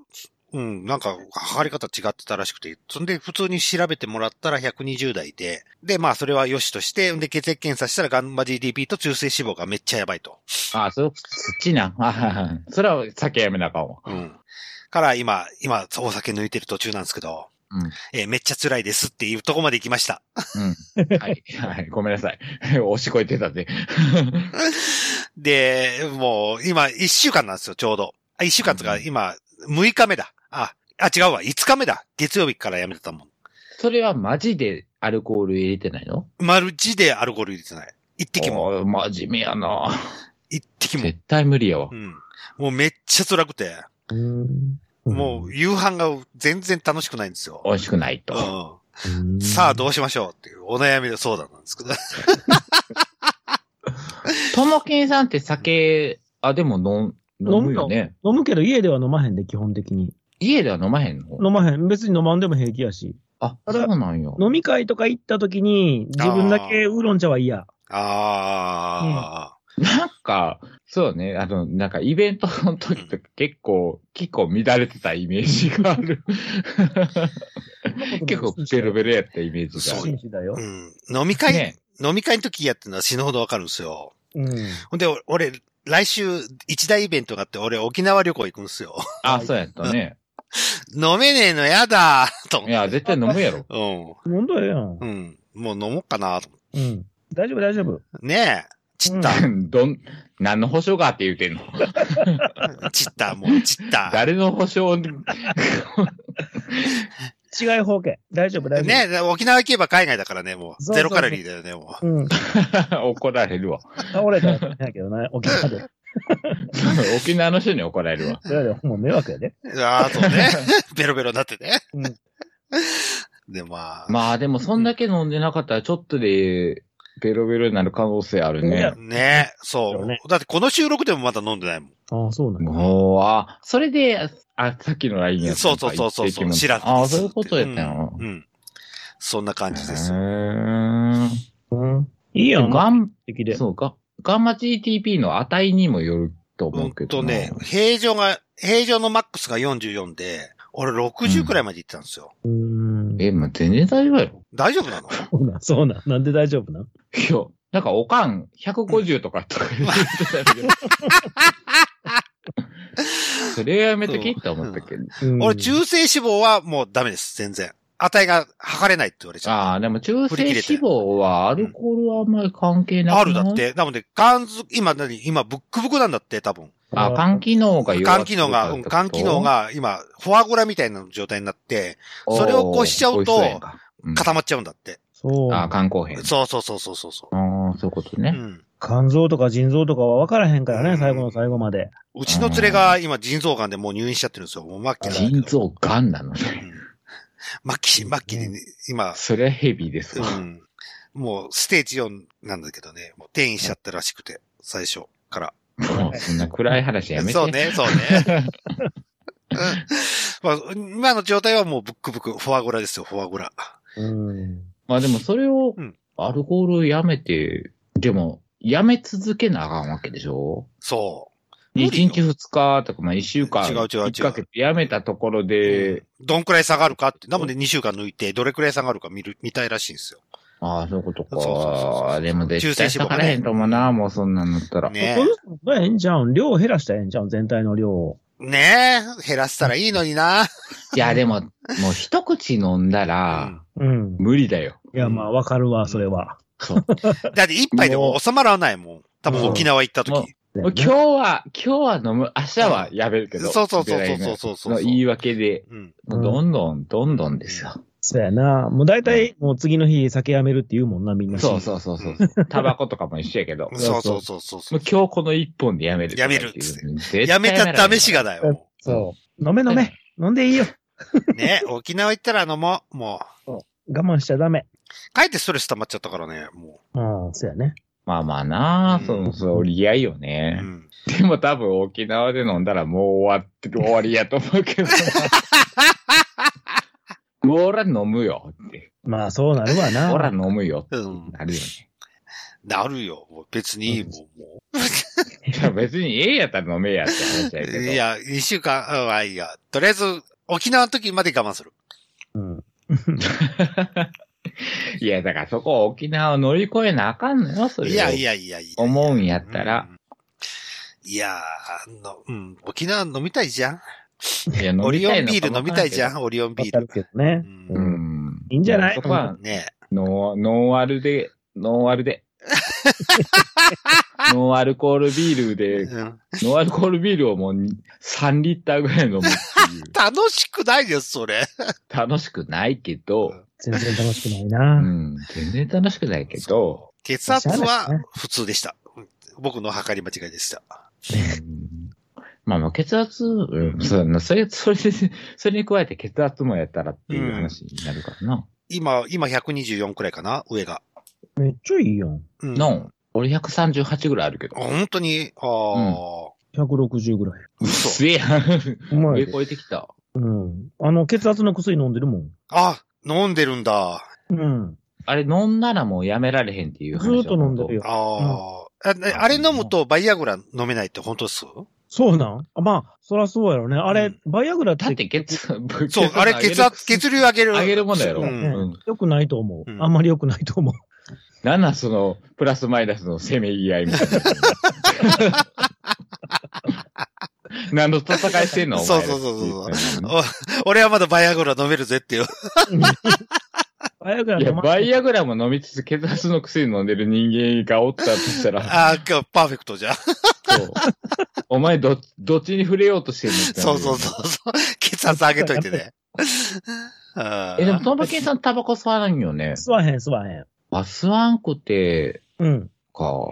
うん、なんか、測り方違ってたらしくて、そんで、普通に調べてもらったら120代で、で、まあ、それは良しとして、んで、血液検査したらガンマ GDP と中性脂肪がめっちゃやばいと。あ、それ、土な。 あははそれは酒やめなあかんわ。うん。から、今、今、お酒抜いてる途中なんですけど、うん。えーめっちゃ辛いですっていうとこまで行きました。うん。はい。 はい。ごめんなさい。 おしこいてたで。で、もう、今、1週間なんですよ、ちょうど。あ、1週間とか、うん今、6日目だ。あ、あ、違うわ、5日目だ。月曜日からやめてたもん。それはマジでアルコール入れてないのマルチでアルコール入れてない。一滴も。おー真面目やな一滴も。絶対無理やわう。ん。もうめっちゃ辛くて、うん。もう夕飯が全然楽しくないんですよ。美味しくないと。ううんん、さあどうしましょうっていうお悩みの相談なんですけど。 ともきんさんって酒、あ、でも飲ん、飲むよね。飲むけど家では飲まへんで、基本的に。家では飲まへんの飲まへん。別に飲まんでも平気やし。あ、たそだうなんよ。飲み会とか行った時に、自分だけウーロン茶は嫌。あなんか、そうね、あの、なんかイベントの時とか結構、結構乱れてたイメージがある。結構ベロベロ。ロやったイメージがあそうる。紳士だよあ、う。ん。飲み会、ね飲み会の時やってるのは死ぬほどわかるんですよ。うん。ほんで、お俺、来週、一大イベントがあって、俺、沖縄旅行行くんですよ。あ、そうやったね。飲めねえのやだ ーと思いや、絶対飲むやろ。っ飲んだらええやんう。ん。うん。もう飲もうかなと思うん。大丈夫、大丈夫。って。ねえ。ちった、どん、何の保証があって言うてんのちった、もう、ち った。誰の保証に違い方形。大丈夫、大丈夫。ねえ、沖縄行けば海外だからね、もう。そうそうそうゼロカロリーだよね、もう。うん。怒られ るわ。倒れたらいけないけどな、沖縄で。沖縄の人に怒られるわ。それでもう迷惑やで。あと ね、ベロベロになってね。うんで、まあ、まあでも、そんだけ飲んでなかったら、ちょっとで、ベロベロになる可能性あるね。ねそう、ねだってこの収録でもまだ飲んでないもん。ああ、そうなんやもう、あ、それで、あ、さっきの LINE やったそうそうそうそうそう、知らん。ああ、そういうことやったのう。ん。うんそんな感じですう。ーん。うん。いいやん、ガン、的で。そうか。ガンマ GTP の値にもよると思ほうんけど。とね、平常が、平常のマックスが44で、俺60くらいまで行ってたんですよ。うん。え、もう全然大丈夫やろ。大丈夫なのそうなん、そうなん。なんで大丈夫なんいや、なんか、おかん、150とかとか言ってたけど。それはやめときって思ったけど。うん俺中性脂肪はもうダメです、全然。値が測れないって言われちゃう。ああ、でも中性脂肪はアルコールはあんまり関係なくないあるだっ。て。なので、肝臓、今何今、ブックブクなんだって、多分。あ、肝機能が弱肝機能が、うん肝機能、が今、フォアグラみたいな状態になって、それをこうしちゃうとおー美味しそうやんかうん固まっちゃうんだって。そう。あ、肝硬変。そうそうそうそうそうそああ、そういうことう。うね。ん。肝臓とか腎臓とかは分からへんからうね、ん最後の最後まで。うちの連れが今腎臓癌でもう入院しちゃってるんですよ。もう末期なんだ腎けど。臓癌なのね。うん末期、末期でね、今、それはヘビーですうわ。ん。もうステージ4なんだけどね、もう転移しちゃったらしくて、最初から。もうそんな暗い話やめて。そうね、そうね。うんまあ、今の状態はもうブックブック、フォアグラですよ、フォアグラ。うん。まあでもそれをうん、アルコールやめて、でも、やめ続けなあかんわけでしょそ無一理よ日二日とか、まあ一週間、違う違う違う一ヶ月やめたところう。で、どんくらい下がるかって、なので2週間抜いて、どれくらい下がるか見る、見たいらしいんですよ。ああ、そういうことか。そうそうそうそうでも絶対下がらへんと思うな、もうそんなんなったら。ねそういうことええんじゃうん。量を減らしたらええんじゃうん、全体の量を。え。ねえ、減らせたらいいのにな。いや、でも、もう一口飲んだうら、んうん。無理だよ。いや、まあ、分かるわ、それは。そう。だって一杯でも収まらないもん。多分沖縄行った時。も今日は、今日は飲む、明日はやめるけど。そうそうそうぐらいのそうそうそうそうの言い訳で、うん。もうどんどん、どんどんですよ。そうやな。もう大体、もう次の日酒やめるって言うもんな、みんな。そうそうそうそう。タバコとかも一緒やけど。もうそうそうそうそうそう。今日この一本でやめる。やめるっつっててやめちゃダメし。がだよ。そう。飲め飲め。飲んでいいよ。ね沖縄行ったら飲もう。も我慢しちゃダメ。う。帰ってストレス溜まっちゃったからね、もうん、そうやね。まあまあなうんその、そう、折り合いよう。うね。ん。でも多分沖縄で飲んだらもう終わって、終わりやと思 うけど。もう俺は飲むよって。まあ、そうなるわ な。俺は飲むよってうん。なるよね。なるよ。もう別にいいもん、もいや別にええやったら飲めやって話やけど。う。いや、一週間、うん、あ、いいや。とりあえず、沖縄の時まで我慢する。うん。いや、だからそこ沖縄を乗り越えなあかんのよ、それ。いやい。やいやいや。思うんやったら。うん。いやー、の、うん、沖縄飲みたいじゃん。いや飲みたいのかもオリオンビール飲みたいじゃわん、オリオンわビかーるル。けどねう。んからんけどうん。いいんじゃないそこはねノン、ノンアルで、ノンアル で。ノンアルコールビールえ。で、うんノンアルコールビールをもう3リッターぐらい飲むっていう。楽しくないよ、それ。楽しくないけど、全然楽しくないうな。ん、全然楽しくないけど、血圧そうはですね普通でした。僕の測り間違いでした。うんまあまあ血圧、うん、そうやなそれ、それで、それに加えて血圧もやったらっていう話になるからな。今、今124くらいかな上が。めっちゃいいやん。うん。の、俺138ぐらいあるけど。本当に、ああ、 160ぐらい。うっせえやん。うま上い。越えてきた。うん。あの、血圧の薬飲んでるもん。あ、飲んでるんだ。うん。あれ飲んだらもうやめられへんっていう話ずーっと飲んでるよ。ああ、あねあれ飲むとバイアグラ飲めないって本当ですそうなんあまあ、そらそうやろね。あれ、うんバイアグラっだってて血、 そう、あれ血圧、血流上げる。上げるものやろ。ううんん。良くないと思う。うんあんまり良くないと思う。なんなんその、プラスマイナスのせめぎ合いみたいな。 何の戦いしてんのお前らそうそうそうって言っ俺はまだバイアグラ飲めるぜっていう。バイアグたのラにいや、飲まバイアグラも飲みつつ、血圧の薬飲んでる人間がおったとしたら、ああ、今日パーフェクトじゃん。そうお前ど、どっちに触れようとしてんのってそなうるそうそうそう。血圧上げといてね。あーえ、でも、トンバケンさんタバコ吸わないんよね。吸わへん、吸わへん。あ、吸わんくて、うん。か。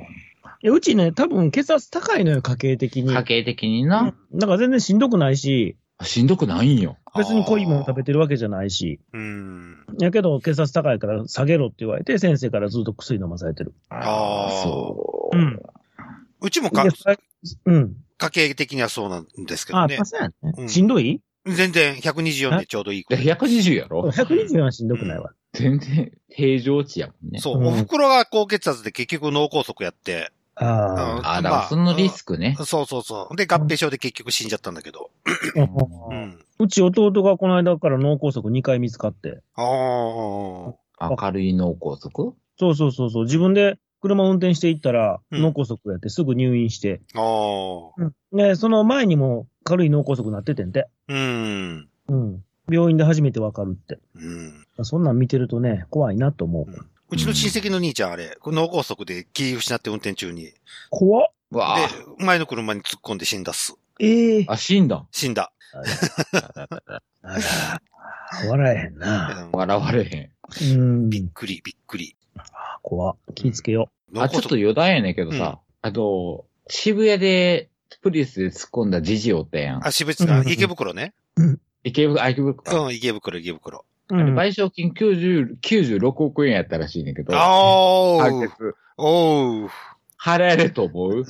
いやうちね、多分血圧高いのよ、家計的に。家計的にな。だから全然しんどくないし、しんどくないんよ。別に濃いもの食べてるわけじゃないし。うん。やけど、血圧高いから下げろって言われて、先生からずっと薬飲まされてる。あーそうう。ん。うちもかいやそれうん。家計的にはそうなんですけどあ、ねパ。スやねう。んしんどい全然124でちょうどいい。で120やろ ?120 はしんどくないわ。全然、平常値やもんね。そうう、んお袋が高血圧で結局脳梗塞やって。ああ、だからそのリスクね。そうそうそう。で、合併症で結局死んじゃったんだけど。あ。ううんん。うち弟がこの間から脳梗塞2回見つかって。ああ。明るい脳梗塞そうそうそうそう。自分で車運転していったら、うん脳梗塞やってすぐ入院して。ああ。ね、その前にも軽い脳梗塞なっててんて。うん。うん。病院で初めてわかるって。うん。そんなん見てるとね、怖いなと思う。うちの親戚の兄ちゃんあれ、脳梗塞で気失って運転中に。で、怖っうわあ。前の車に突っ込んで死んだっす。ええあ、死んだ。死んだ。あら笑えへんな。うん笑われへん。うん。びっくり、びっくり。あ怖っ気ぃつけよ脳あ、梗ちょっと塞。余談やねんけどさ、あと、渋谷で、プリウスで突っ込んだジジおったやんあ、。渋うんうん谷うん池袋ね。池袋、あ、池袋か。うん、池袋、池袋。う。あれうん賠償金90 96億円やったらしいねんけど。あお判ー決おう。払えると思う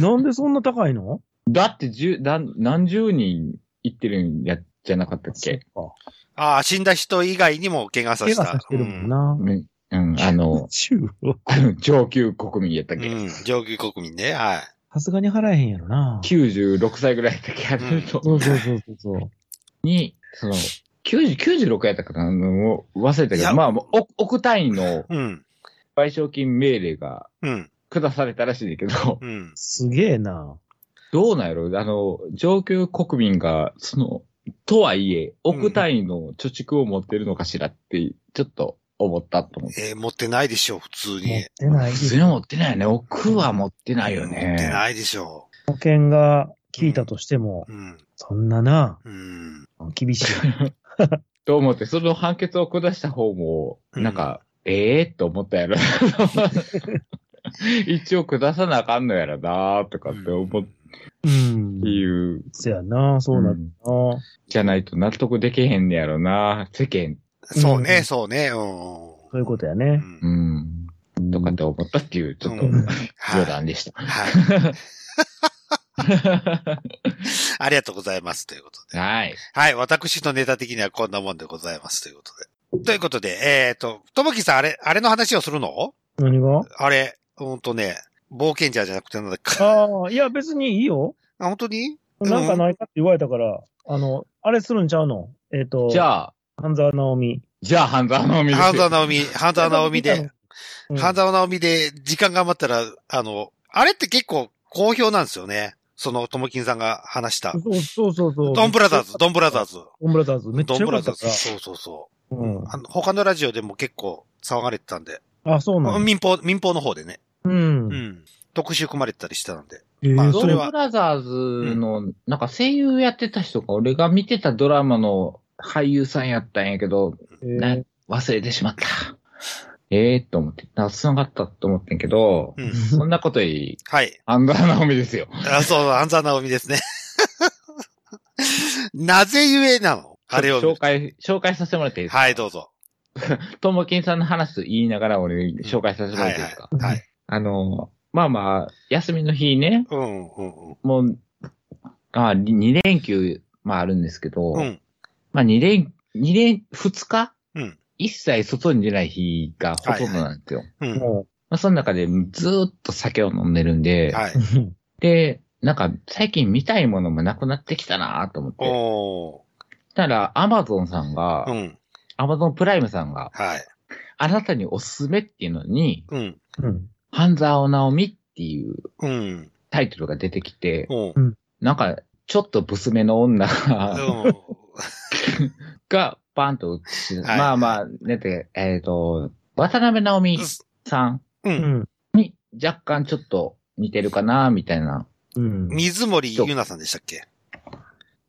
なんでそんな高いのだって十、何、何十人行ってるんや、じゃなかったっけそっかああ、死んだ人以外にも怪我さ怪せた。我させてるもんな。、うん、うん、あの中央 上級国民やったっうけ、ん。うん。上級国民ね。はい。 さすがに払えへんやろな。 ?96 歳ぐらいやったっけあの人そうそうそうそうそう。に、その、90 96やったかなあの忘れたけいやど、まあ、もうお億単位のうん。賠償金命令がうん。下されたらしいねんけど、うん。すげえな。どうなんやろあの、上級国民が、その、とはいえ、億単位の貯蓄を持ってるのかしらって、ちょっと思ったと思って。えー持ってないでしょ、普通持っに。てない。普通に持ってないよね。億は持ってないよね。持ってないでしょ。保険が聞いたとしても、うん。そんなな、うん。厳しい。 と思って、その判決を下した方も、うんなんか、ええと思った やろ。一応下さなあかんのやろなとかって思っうんて。いう、そやな、そうなうんんだな。じゃないと納得できへんねやろな世間。そううね、んそうね。うん。そういうことやう。ね。うんん。とかって思ったっていう、ちょっと、うん冗談で した。はい。ありがとうございます。ということで。はい。はい。私のネタ的にはこんなもんでございます。ということで。ということで、えっ、と、ともきさん、あれ、あれの話をするの何があれ、ほんとね、冒険者じゃなくてなんだっけ。あ、ああ、いや別にいいよ。本当にうんなんかないかって言われたから、あの、あれするんちゃうのえっ、と、じゃあ、半沢直美。じゃあ、半沢直美ですよ半沢直美、半沢直美で、うん。半沢直美で時間が余ったら、あの、あれって結構好評なんですよね。その、ともきんさんが話した。そうそうそうそう。ドンブラザーズ、ドンブラザーズ。ドンブラザーズ。めっちドンゃ良ブかラっザたーズ。から。そうそうそう。うん。あの他のラジオでも結構騒がれてたんで、あ、そうなんだ。民放、民放の方でね、うんう。ん。特集組まれてたりしたので。えーまあドそンれブはラザーズの、なんか声優やってた人が、俺が見てたドラマの俳優さんやったんやけど、えなー忘れてしまった。ええと思って、な繋がったと思ってんけど、うん。そんなことより、はい。アンダーナオミですよ。あそう、安沢直美ですね。 なぜゆえなのあれを見る紹介、紹介させてもらっていいですかはい、どうぞ。ともきんさんの話と言いながら俺、紹介させてもらっていいですか、はい。あの、まあまあ、休みの日ね、うん、うん、もう、あ2連休、まああるんですけど、うん。うん。まあ2連、二連、2日、うん一切外に出ない日がほとんどなんですよ。うん。もまあその中でずーっと酒を飲んでるんで、はい。う、で、なんか最近見たいものもなくなってきたなと思って。おー。たら、アマゾンさんがう、ん。アマゾンプライムさんが、はい。あなたにおすすめっていうのに、うん。うん。半沢直美っていううん。タイトルが出てきて、うん。なんか、ちょっとブスめの女が、うんがバンと映って、はいまあまあ、だって、えっ、と、渡辺直美さんう。うんん。に若干ちょっと似てるかな、みたいな、うん。水森ゆなさんでしたっけ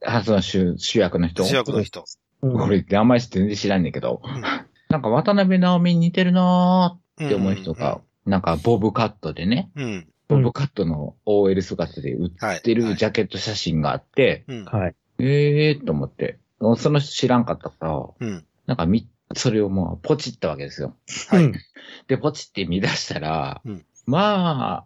あその主主役の人。主役の人。うんこれ、あんまり全然知らんねんけど、んなんか渡辺直美に似てるなーっって思う人が、。なんかボブカットでね、うん。ボブカットの OL 姿で売っはい。てるはいジャケット写真があって、うん。はい。ええーと思って、その人知らんかったから、うん。なんかみ、それをもうポチったわけですよ。はいうんで、ポチって見出したら、うんまあ、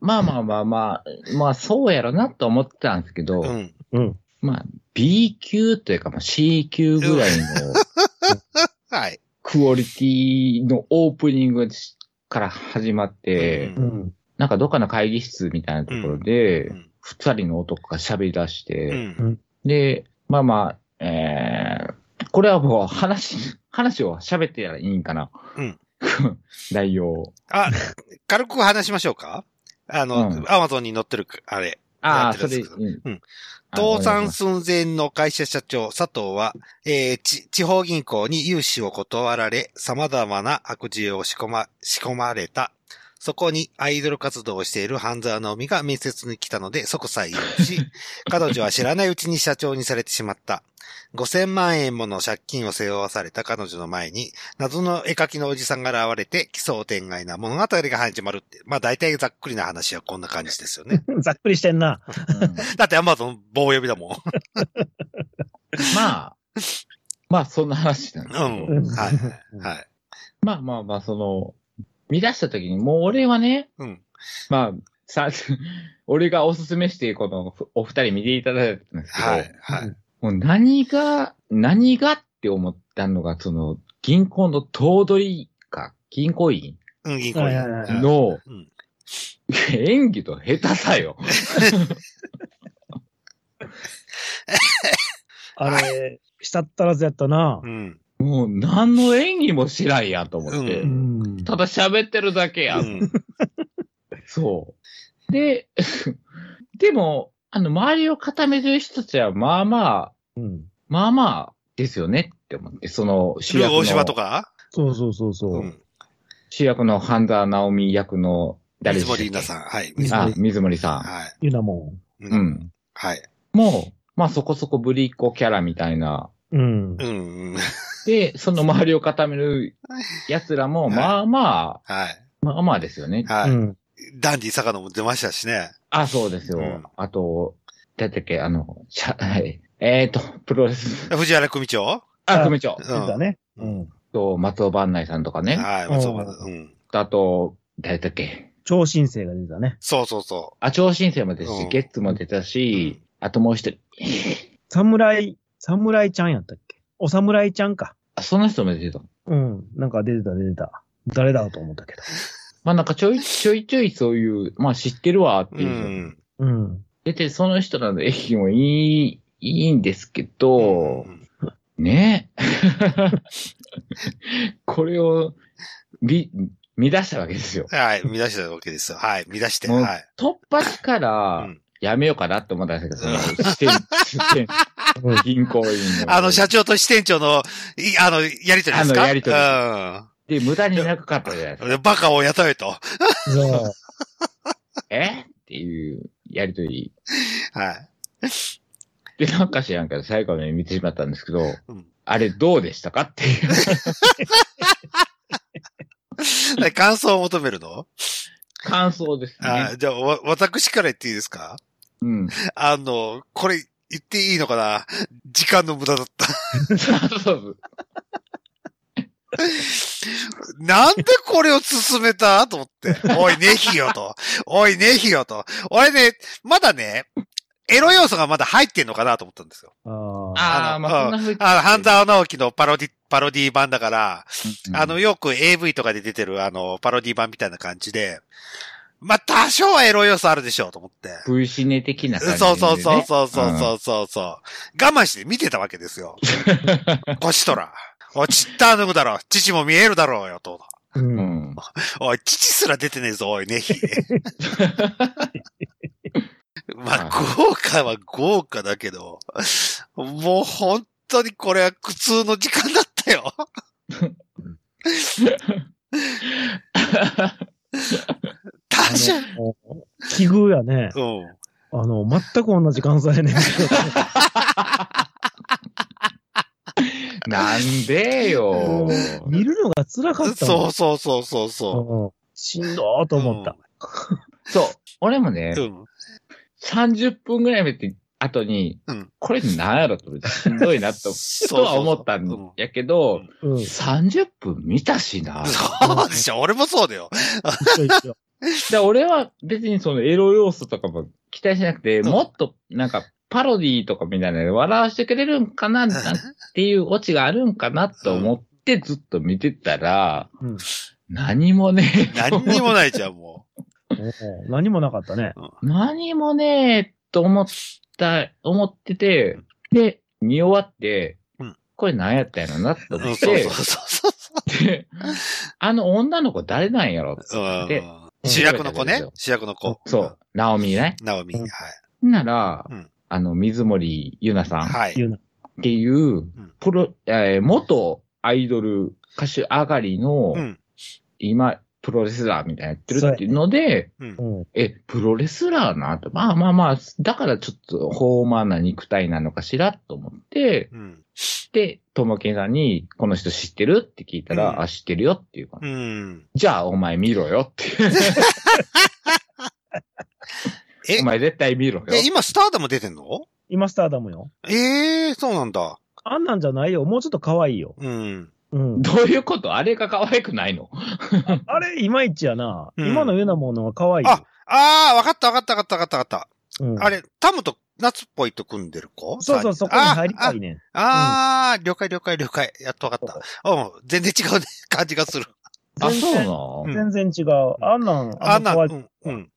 まあまあまあまあ、まあそうやろなと思ってたんですけど、うん。うん。まあ B 級というかまあ C 級ぐらいのはい。クオリティのオープニングから始まって、うんうん。なんかどっかの会議室みたいなところでうん、二、人の男が喋り出しうて、ん。で、まあまあ、えー、これはもう話、話を喋ってやらいいんかな。うん。 内容を。あ、軽く話しましょうかあうの、んアマゾンに載ってる、あれ。あやあ、ってるそんでれ、すかううんん。倒産あ寸前の会社社長佐藤は、えーち地方銀行に融資を断られ、様々な悪事を仕込ま、仕込まれた。そこにアイドル活動をしている半沢直美が面接に来たので即採用 し、彼女は知らないうちに社長にされてしまった。5000万円もの借金を背負わされた彼女の前に、謎の絵描きのおじさんが現れて、奇想天外な物語が始まるって。まあ大体ざっくりな話はこんな感じですよね。ざっくりしてんな。うんだってアマゾン棒呼びだもん。まあ、 まあ、そんな話なんですけど、うんはい。はい。まあまあまあ、その、見出した時に、もう俺はね、うん。まあ、さ、 俺がおすすめして、この、お二人見ていただいたんですけど、はい。はい。もう何が、何がって思ったのが、その、銀行の頭取か、銀行員うん、銀行員はいはいはいうんのうん、演技と下手さよ。あれ、したったらずやったなう。ん。もう、何の演技もしないやんと思って。ううん。ただ喋ってるだけや。うんそう。で、 でも、あの、周りを固めてる人たちは、まあまあ、うんまあまあ、ですよねって思って、その主役大島との、かそうそうそうそうう。ん。主役の半沢直美役の誰水でした森っけ稲さん。はい。水あ森、水森さ。はい。ゆなもうんう。ん。はい。もう、まあそこそこぶりっ子キャラみたいな。ん。うんう。ん。うんで、その周りを固める奴らも、はいまあまはい。あ、まあまあですよね。うはい。ん。ダンディ坂野も出ましたしね。あ、そうですよ。うんあと、だってっけ、あの、しゃ、はい。えっ、と、プロレス、藤原組長あ、あ組長う。ん出たね。うん。と、松尾万内さんとかね。はい。まあそううん。あと、誰だっけ。超新星が出たね。そうそうそあ、超新星もですうし、んゲッツも出たし、あともう一人。侍、侍ちゃんやったっけお侍ちゃんか。あ、その人も出てた。うん。なんか出てた出てた。誰だと思ったけど。まあなんかちょいちょいちょいそういう、まあ知ってるわってう。ういう人。ん。うん。出て、その人らの駅もいい、いいんですけどう、んね これを、見、見出したわけですよ。はい。見出したわけですよ。はい。見出して。もうはい。突発かうらん、やめようかなって思ったんですけど、その支 店、支店、銀行員あの、社長と支店長の、いあの、やりとりですかあのやりとりうで、無駄に長かったじゃないですか。ん。バカを雇えと。はそう。えっていうやりとい。り。で、なんか知らんけど、最後まで見てしまったんですけど、うんあれどうでしたかっていう。 感想を求めるの感想ですあね。じゃあ、わ、私から言っていいですかうん。 あの、これ言っていいのかな時間の無駄だった。そうそう。なんでこれを進めたと思って。おい、ネヒよと。おい、ネヒよと。俺ね、まだね、エロ要素がまだ入ってんのかなと思ったんですよ。ああ。ああ、まあそんな風に。あの、半沢直樹のパロディ、パロディ版だから、うんあの、、よく AV とかで出てる、あの、パロディ版みたいな感じで、まあ、多少はエロ要素あるでしょうと思って。 V シネ的な感じ、ね。そうそうそうそうそうそうそうそう。我慢して見てたわけです よ。こちとら。おい、ちった脱ぐだろ。父も見えるだろうよ、と。う。うんん。おい、父すら出てねえぞ、おい、ね ひ。まあ、豪華は豪華だけど、もう本当にこれは苦痛の時間だった よ。多少、あの奇遇やね。うん。あの、全く同じ感想やねんけなんでよ ど。見るのが辛かったそううそうそうそうそん。しんどーとう。思った。そう。俺もねう、ん。うん。 30分ぐらい見て、後に、うんこれなんやろと思って、しんど いなと、とは思ったんやけど、うん。一30分見たしな。そうでしょ。俺もそうだよ。緒一緒。で俺は別にそのエロ要素とかも期待しなくて、うんもっとなんかパロディーとかみたいなので笑わせてくれるんかなっていうオチがあるんかなと思ってずっと見てたら、うん。何もねえ、何にもないじゃん、もおー何もなかったね。何もねえと思った、思ってて、で、見終わってうん、これ何やったんやろなとう。う思んっそうてそう、そうそであの女の子誰なんやろう。うでん主役の子ね。主役の子。そう、ナオミね。ナオミ。はい。なら、うんあの、水森ゆなさん。はい。言うな。っていううん、プロ、えー元アイドル歌手上がりの、うん。今、プロレスラーみたいなやってるっていうので、うんう。ん。え、プロレスラーなと。まあまあまあ、だからちょっと、豊満な肉体なのかしらと思って、うん。で、ともけんさんに、この人知ってるって聞いたら、うんあ、知ってるよっていうから、うん。じゃあお前見ろよって。 えお前絶対見ろよ。え、今、スターダム出てんの今スターダムよ。ええそうなんだ。あんなんじゃないよ。もうちょっと可愛いよ。うん。うん。どういうことあれが可愛くないのあれ、いまいちやな。うん今のユナものは可愛いよ。あああ、わかったわかったわかったわかったわかっうん、た。あれ、タムと夏っぽいと組んでる子そうそう、そこに入りたいねん。ああー、了解了解了解。やっとわかった。うん、全然違うね感じがする。あ、全そうな然の、うん全然違う。あんなん、ああんんなな、ん可愛うい。ん、うん。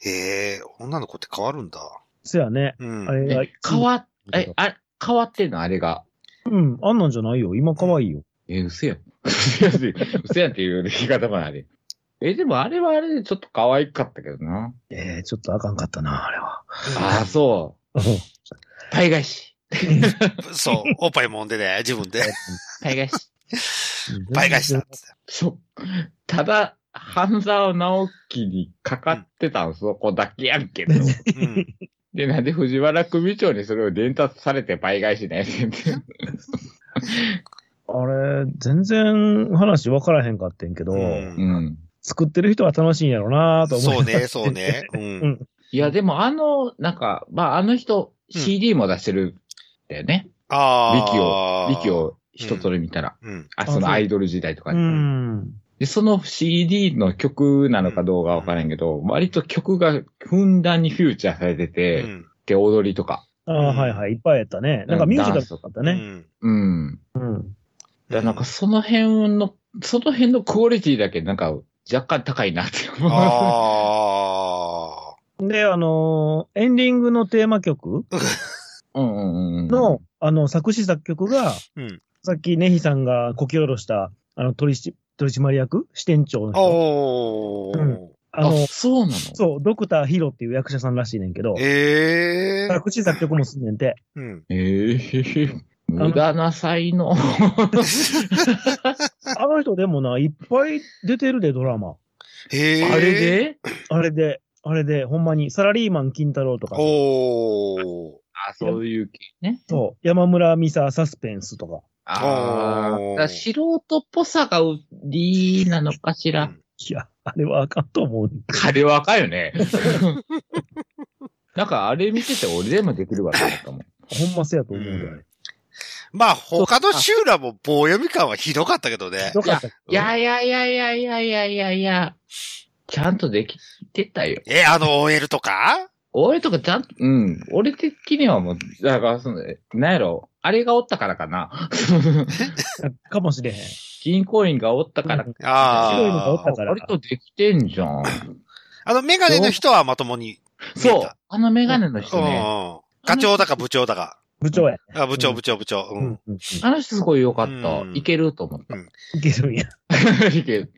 へえ、女の子って変わるんだ。そやね。うん。あれがえ、変わっ、え、あ、変わってんのあれが。うん、あんなんじゃないよ。今可愛いよ。え、嘘やん。嘘やん嘘やんっていう言い方もあれ。え、でもあれはあれでちょっと可愛かったけどな。えー、ちょっとあかんかったな、あれは。ああ、そうんう。大返し。そう、 おっぱいもんでね、自分で。大返し。倍返したっつって。そう。ただ、半沢直樹にかかってたん、そこだけやんけど。うん。で、なんで藤原組長にそれを伝達されて倍返しないねんって。あれ、全然話分からへんかってんけど、うんうん。作ってる人は楽しいんやろうなと思そういながらね、そうね。う。うんん。いや、でもあの、なんか、まああの人、うん CD も出してるんだよね。ああ。力を一通り見たら。うん。あ、そそうのアイドル時代とかうに。ん。で、その CD の曲なのかどうかわからんけど、割と曲がふんだんにフューチャーされてうて、ん。で、踊りとか。ああ、はいはい、いっぱいやったね。なんかミュージカルとかだったうね。ん。うん。うん。だからなんかその辺の、その辺のクオリティだけなんか若干高いなって思う。あで、あのーエンディングのテーマ曲うんうんうん。の、、あの、作詞作曲が、うんさっきネヒさんがこき下ろした、あの、取りし取締役支店長のあ。人。おうー。ああの、そうなのそう、ドクターヒロっていう役者さんらしいねんけど、ええ。作詞作曲もすんねんて。うん。ええ無駄な才能。あの人でもな、いっぱい出てるで、ドラマ。へえ。あれであれで、あれで、ほんまに、サラリーマン金太郎とか、おー。あ、そういう系ね。そう、山村美沙サスペンスとか。ああおー、だから素人っぽさが売りなのかしら。いや、あれはあかんと思う。あれは赤いよ ね。なんかあれ見てて俺でもできるわと思ったもん。ほんませやと思うで、うんあれまあ、他の修羅も棒読み感はひどかったけどね。よかった。いやいやいやいやいやいやいやいや。ちゃんとできてたよ。え、あの OL とか俺とかちゃんと、うん。俺的にはもう、だから、その、なんやろ。あれがおったからかな。かもしれへん。銀行員がおったから。白いのがおっあたあ。から割とできてんじゃん。あの、メガネの人はまともに見えそうた。。あのメガネのう人ん。ね。課長だか部長だか。部長や。あ、部長、うん部長、部長。ううんん。うん。あの人すごい良かったう。んいけると思った。いけるんや。いける。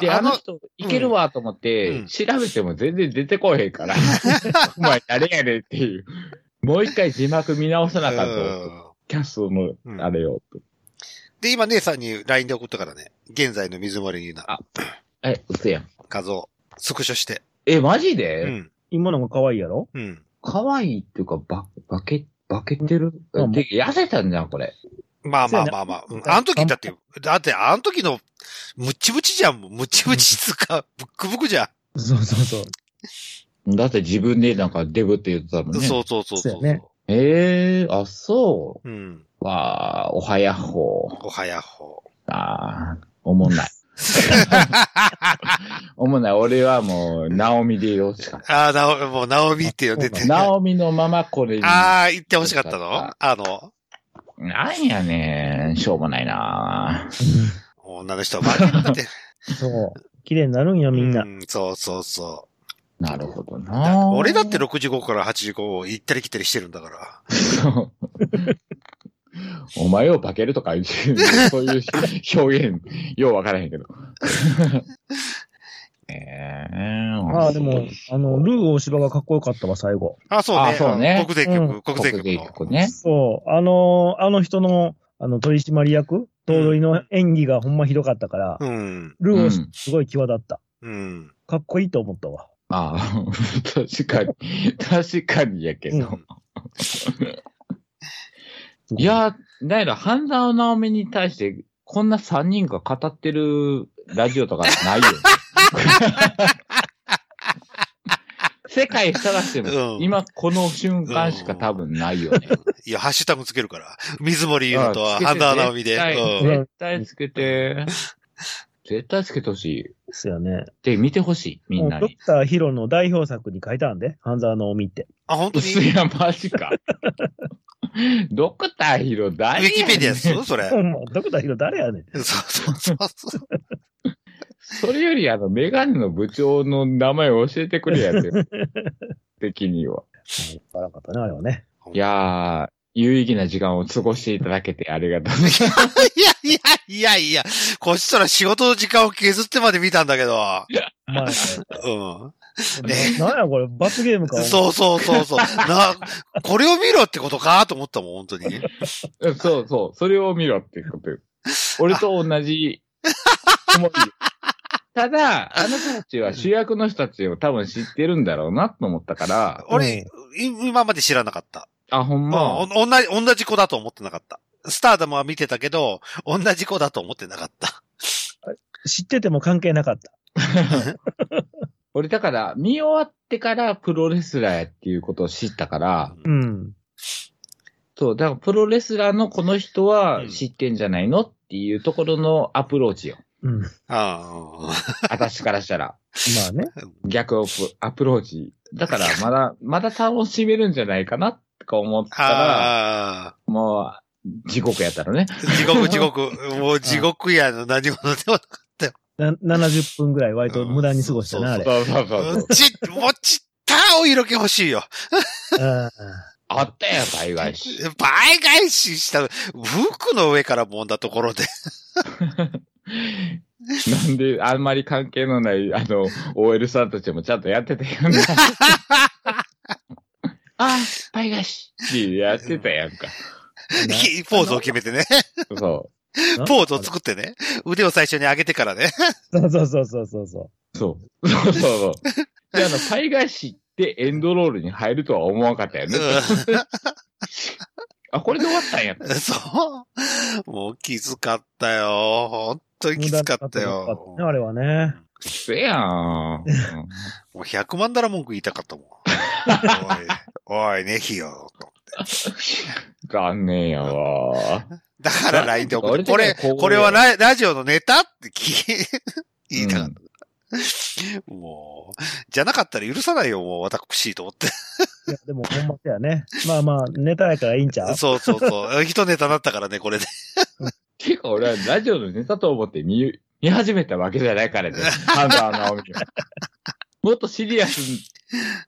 で、ああのの、人、いけるわと思っうてん、調べても全然出てこへんから。 お前誰やねんっていう。もう一回字幕見直さなあかんうと。んキャストの、あれよ。で、今姉さんに LINE で送ったからね。現在の水森ゆうなあえ、嘘やん。画像、スクショして。え、マジうでん。今のが可愛いやろうん。可愛いっていうか、ば、ばけ、ばけてるうんてか痩せたんじゃん、これ。まあまあまあまあ。そううやんなあの時だって、だってあの時の、ムチムチじゃん、もうムチムチつうか、ブックブクじゃそうそうそう。だって自分でなんかデブって言ってたもんん。ね。そうそうそうそう。そうやねええあ、そうん。う。わあ、おはやっほー。おはやっほ。ああ、おも んない。おもんない。俺はもう、ナオミでよろしかっああ、なお、もう、ナオミって呼んでた。て。ナあオミのままこれに。あー、言ってほしかったよのかっあの、なんやねん。しょうもないな。女の人はバカ になって。そう。綺麗になるんや、みんなう。そうそうそう。なるほどだな。俺だって65から85を行ったり来たりしてるんだから。そう。お前を化けるとかいう、そういう表現、ようわからへん けど。ええああ、でも、あの、ルー大柴がかっこよかったわ、最後。あ、そうね。あそうね国税局、うん国税局の。局ね。そう。あのーあの人の、あの、取締役、頭取の演技がほんまひどかったから、うん。ルー大う柴んすごい際立った。うん。かっこいいと思ったわ。ああ、確かに、確かにやけど。うん い、や、だいら、半沢直美に対して、こんな3人が語ってるラジオとかない よ。世界探しても、うん今この瞬間しか多分ないよね。いや、ハッシュタグつけるから。水森優とは、あつけて半沢直美で。絶対うん絶対つけて。絶対つけてほしい。ですよね。で、見てほしい、みんもなうドに。クターヒロの代表作に書いたんで、半沢直美って。あ、本当に薄いや、マ ジか。ドクターヒロウ大ィキペディアですよ、それ。そうもうドクターヒロ誰やねん。そうそうそう。それより、あの、メガネの部長の名前を教えてくれや って。的には。悪かったね、あれはね。いやー、有意義な時間を過ごしていただけてありがとう。いやいやいやいや、こっちとら仕事の時間を削ってまで見たんだけど。 まあ、うね、なんやこれ、罰ゲームか。ん。そうそうそうそう。な、これを見ろってことかと思ったもん、本当に。うんそうそう、それを見ろっていうことよ。俺と同じ思い。ただ、あの人たちは主役の人たちを多分知ってるんだろうなと思ったから、俺、い今まで知らなかった。あ、ほんまうん。、お同じ、同じ子だと思ってなかった。スターダムは見てたけど、同じ子だと思ってなかった。知ってても関係なかった。俺だから、見終わってからプロレスラーやっていうことを知ったから、うん。そう、だからプロレスラーのこの人はうん知ってんじゃないのっていうところのアプローチよ。うん。まあ私からしたら。あね。逆アプアプローチ。だから、まだ、まだ楽しめるんじゃないかなとか思ったら、あもう、地獄やったらね。ー。地獄地獄。もう地獄やの何者でもな70分ぐらい割と無駄に過ごしたな、うあんそれ。うそうそうなそくう。。ち、もうちったお色気欲しいよ。うんあった やん、大概し。倍返しした、服の上から揉んだところで。なんで、あんまり関係のない、あの、OL さんたちもちゃんとやってたよね。 あ、倍返し。ってやってたやんか。 ポーズを決めてね。そポーズを作ってね。腕を最初に上げてからね。そうそうそうそうそうそう。う。そう。そうそうそう。で、あの、倍返しってエンドロールに入るとは思わなかったよね。あ、これで終わったんや。うん そう。もうきつかったよ。本当にきつかった無駄だとよ思ったね。あれはね。せやん。もう100万だ ら文句言いたかったもん。おい、おい、ねひよ、と。残念やわ。だから LINE で送る。こ俺れ的にはこ、うこれはララジオのネタって聞 い言いたかった。もう、じゃなかったら許さないよ、もう私と思って。いや、でもほんまそうやね。まあまあ、ネタやからいいんちゃうそうそう そう。一ネタだったからね、これで。結構俺はラジオのネタと思って見、見始めたわけじゃないからね。ハンター直美は。もっとシリアス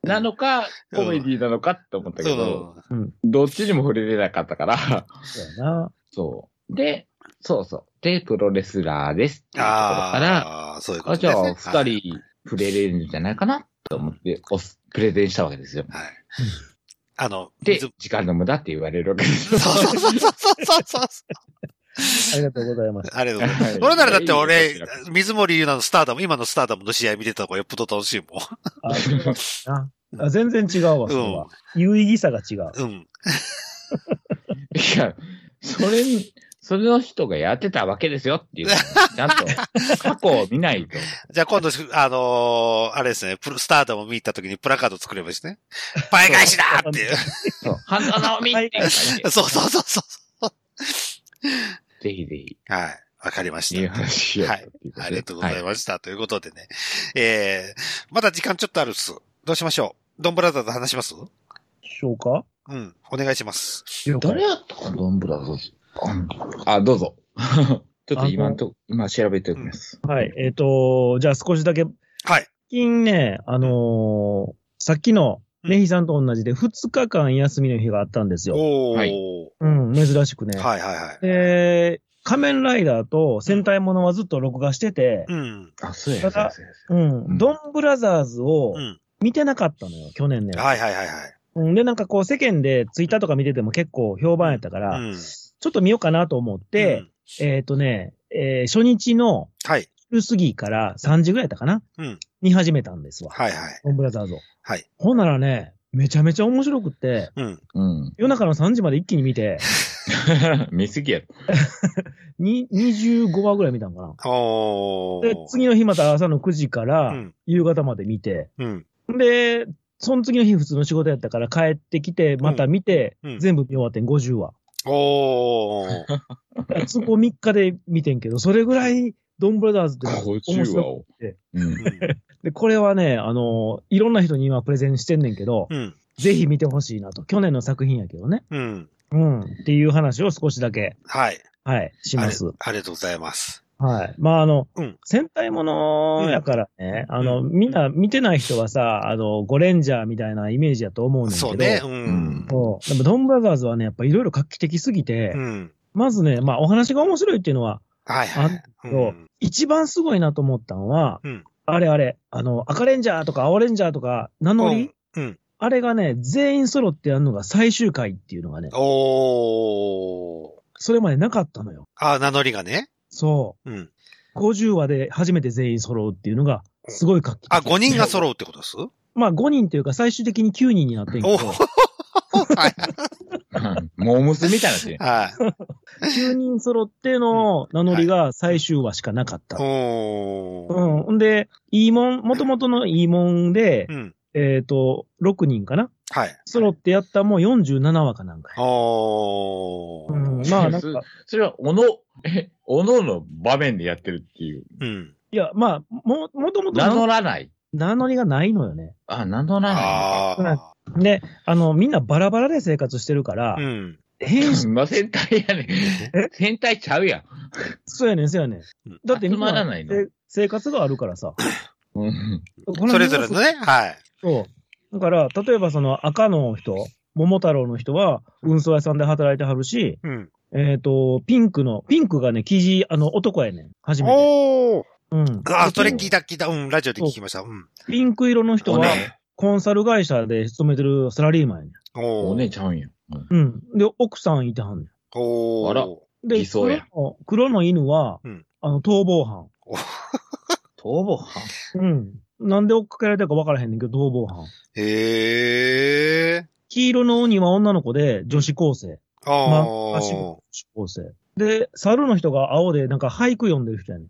なのか、うんコメディなのかって思ったけど、そうどっちにも触れれなかったから。そうやな。そう。で、そうそう。で、プロレスラーですっていうところから、ああ、そういうこあとじです、ゃねあ、。二人触れれるんじゃないかなと思って、おすプレゼンしたわけですよ。はい。はい。あの、で水、時間の無駄って言われるわけですそうよ。そうそうそうそうそう。ありがとうござ います。ありがとうございます。はい俺ならだっていい俺よこち、水森優奈のスターダム、今のスターダムの試合見てた方がよっぽど楽しいもん。あそうやなあ全然違うわ、それは。有意義さが違う。うん。 いや、それ、それの人がやってたわけです よっていうのを、ちゃんと過去を見ないと。じゃあ今度、あのーあれですね、プロスターダム見に行った時にプラカード作ればいいですね。倍返しだーっていう。そう、半沢直美っていう感じ でそうそうそうそぜひぜひ、う。はい。わかりましいいた。話を。はいありがとうございまました。ということでね。えー、まだ時間ちょっとあるっす。どうしましょうドンブラザーと話しますしょうかうん。お願いします。誰やったかなドンブラザーズ。あ、どうぞ。 ちょっと今んと、今調べておきます。はい。えっ、と、じゃあ少しだけ、最はい。近ね、あのーさっきの、ネヒさんと同じで、2日間休みの日があったんですよ。おー。ははいい、うん、珍しくね。はいはい。で、仮面ライダーと戦隊ものはずっと録画してて、うん。あ、そうや、たそうだや、そうや。うん、うんドンブラザーズをうん。見てなかったのよ、去年ね。はいはいはいはい。うん、で、なんかこう世間でツイッターとか見てても結構評判やったから、うんちょっと見ようかなと思って、うんえっ、とね、えー初日のはい。昼過ぎから3時ぐらいやったかな、うん見始めたんですわ。はいはい。ドンブラザーズを。はい。ほんならね、めちゃめちゃ面白くって、うん。うん。 夜中の3時まで一気に見て、見すぎや。に25話ぐらい見たんかな。おー。で、次の日また朝の9時かうらん。夕方まで見て、うん。で、その次の日普通の仕事やったから帰ってきて、また見て、うんうん全部見終わってん50話。おー。そこ3日で見てんけど、それぐらい、ドンブラザーズって面白50話を。うん。 くて、これはね、あの、いろんな人に今プレゼンしてんねんけど、うん。ぜひ見てほしいなと。去年の作品やけどね。うん。うん。っていう話を少しだけ、はい。はい、しあまりす。ありがとうございます。はい。まあ、あの、うん戦隊ものやからね、あの、うんみんな見てない人はさ、あの、ゴレンジャーみたいなイメージやと思うねんだけど。そうね。ううんん。。そう。でも、ドンブラザーズはね、やっぱいろいろ画期的すぎて、うん。まずね、まあ、お話が面白いっていうのは、はいあはいん。そう一番すごいなと思ったのは、うんあれあれ、あの、赤レンジャーとか青レンジャーとか、名乗り、うんうんあれがね、全員揃ってやるのが最終回っていうのがね、おー。それまでなかったのよ。あ、名乗りがね。そうん。う。50話で初めて全員揃うっていうのが、すごい画期的。あ、5人がう。揃うってことですお まあ5人っていうか最終的に9人になってんけど、ーはい。もう娘みたいなって。はい。 9人揃っての名乗りが最終話しかなかった。おー。うん。んで、いいもん、もともとのいいもんでう、ん。えっ、と、6人かなはい。揃ってやったもう47話かなんかや。おうー。ん、まあなんか、それは、おの、え、おのの場面でやってるっていう。うん。いや、まあ、も、もともと名乗らない。名乗りがないのよね。あ、名乗らない。あー。で、あの、みんなバラバラで生活してるから、うん。変身、 まあ、戦隊やねん。戦隊ちゃうやん。そうやねん、そうやねんうん。だってみん集まらなないのせ生活があるからさ。うん。それぞれのね。ね。はい。そう。だから、例えばその赤の人、桃太郎の人は運送屋さんで働いてはるし、うん。えっ、と、ピンクの、ピンクがね、生地、あの、男やねん。初めて。おー。うん。あ、それ聞いた聞いた。うん。ラジオで聞きました。うん。ピンク色の人おは、ね、コンサル会社で勤めてるサラリーマンやねおおー。ねちゃうんや。ん。うん。で、奥さんいてはんねん。おー。あらで、理想や黒の黒の犬は、うんあの、逃亡犯。逃亡犯うん。なんで追っかけられたか分からへんねんけど、逃亡犯。へえ。黄色の鬼は女の子で女子高生。ー。あまあ足ーも。女子高生。で、猿の人が青で、なんか俳句読んでる人やねん。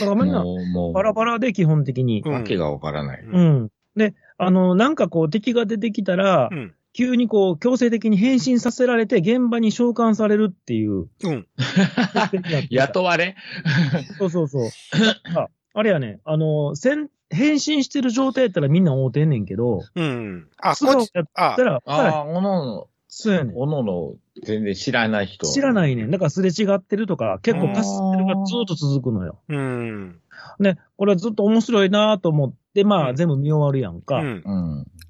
だからみんな、もう、もう、バラバラで基本的に。うんわけがわからない。うん。で、あの、なんかこう敵が出てきたら、うん。急にこう、強制的に変身させられて、現場に召喚されるっていう。うん。雇われそうそうそう。ああれやね、あの、せん変身してる状態やったらみんな会うてんねんけど、うん。あ、素顔こっやち、っあた、ら、ああ、おのの、そうやねん。おのの、全然知らない人。知らい。ないねん。だからすれ違ってるとか、結構かすってるがずっと続くのよ。うん。ね、これはずっと面白いなと思って、まうあん全部見終わるやんうか。ん。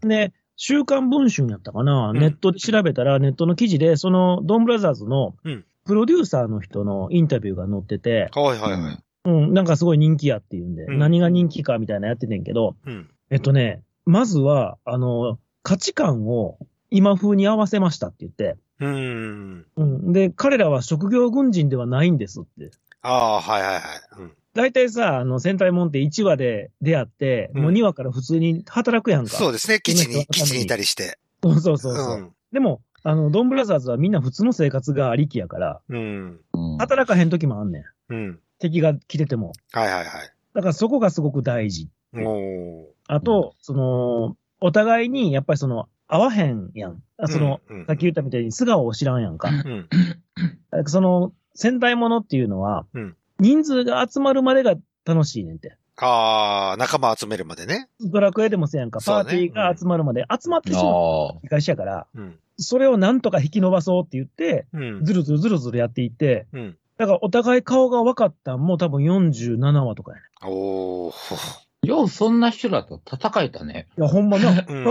うん。で、週刊文春やったかな、んネットで調べたら、ネットの記事で、そのドンブラザーズのうんプロデューサーの人のインタビューが載ってて、はいはいはい。うん、なんかすごい人気やっていうんで、うん何が人気かみたいなやっててんけど、うん。えっとね、まずは、あの、価値観を今風に合わせましたって言って、うん。うん、で、彼らは職業軍人ではないんですって。ああー、はいはいはい。うん。大体さ、あの、戦隊もんって1話で出会って、うんもう2話から普通に働くやんか。そうですね。基地そのに、人のため基に地にいたりして。そうそうそううそう。ん。でも、あの、ドンブラザーズはみんな普通の生活がありきやから、うん。うん働かへん時もあんねん。うん。敵が来てても。はいはいはい。だからそこがすごく大事。おー。あと、その、お互いにやっぱりその、合わへんやん。あその、うん、うんさっき言ったみたいに素顔を知らんやんか。うん。だからその、戦隊ものっていうのは、うん人数が集まるまでが楽しいねんて。ああ、仲間集めるまでね。ドラクエでもせやんか、そパうーねティーが集まるまで集まってしまうああ。会社やから、うん。それをなんとか引き伸ばそうって言って、うん。ずるずるずるずるやっていって、うん。だからお互い顔が分かったんも多分47話とかやねおー。よう、そんな人らと戦えたね。ん。いや、ほん まな、うん。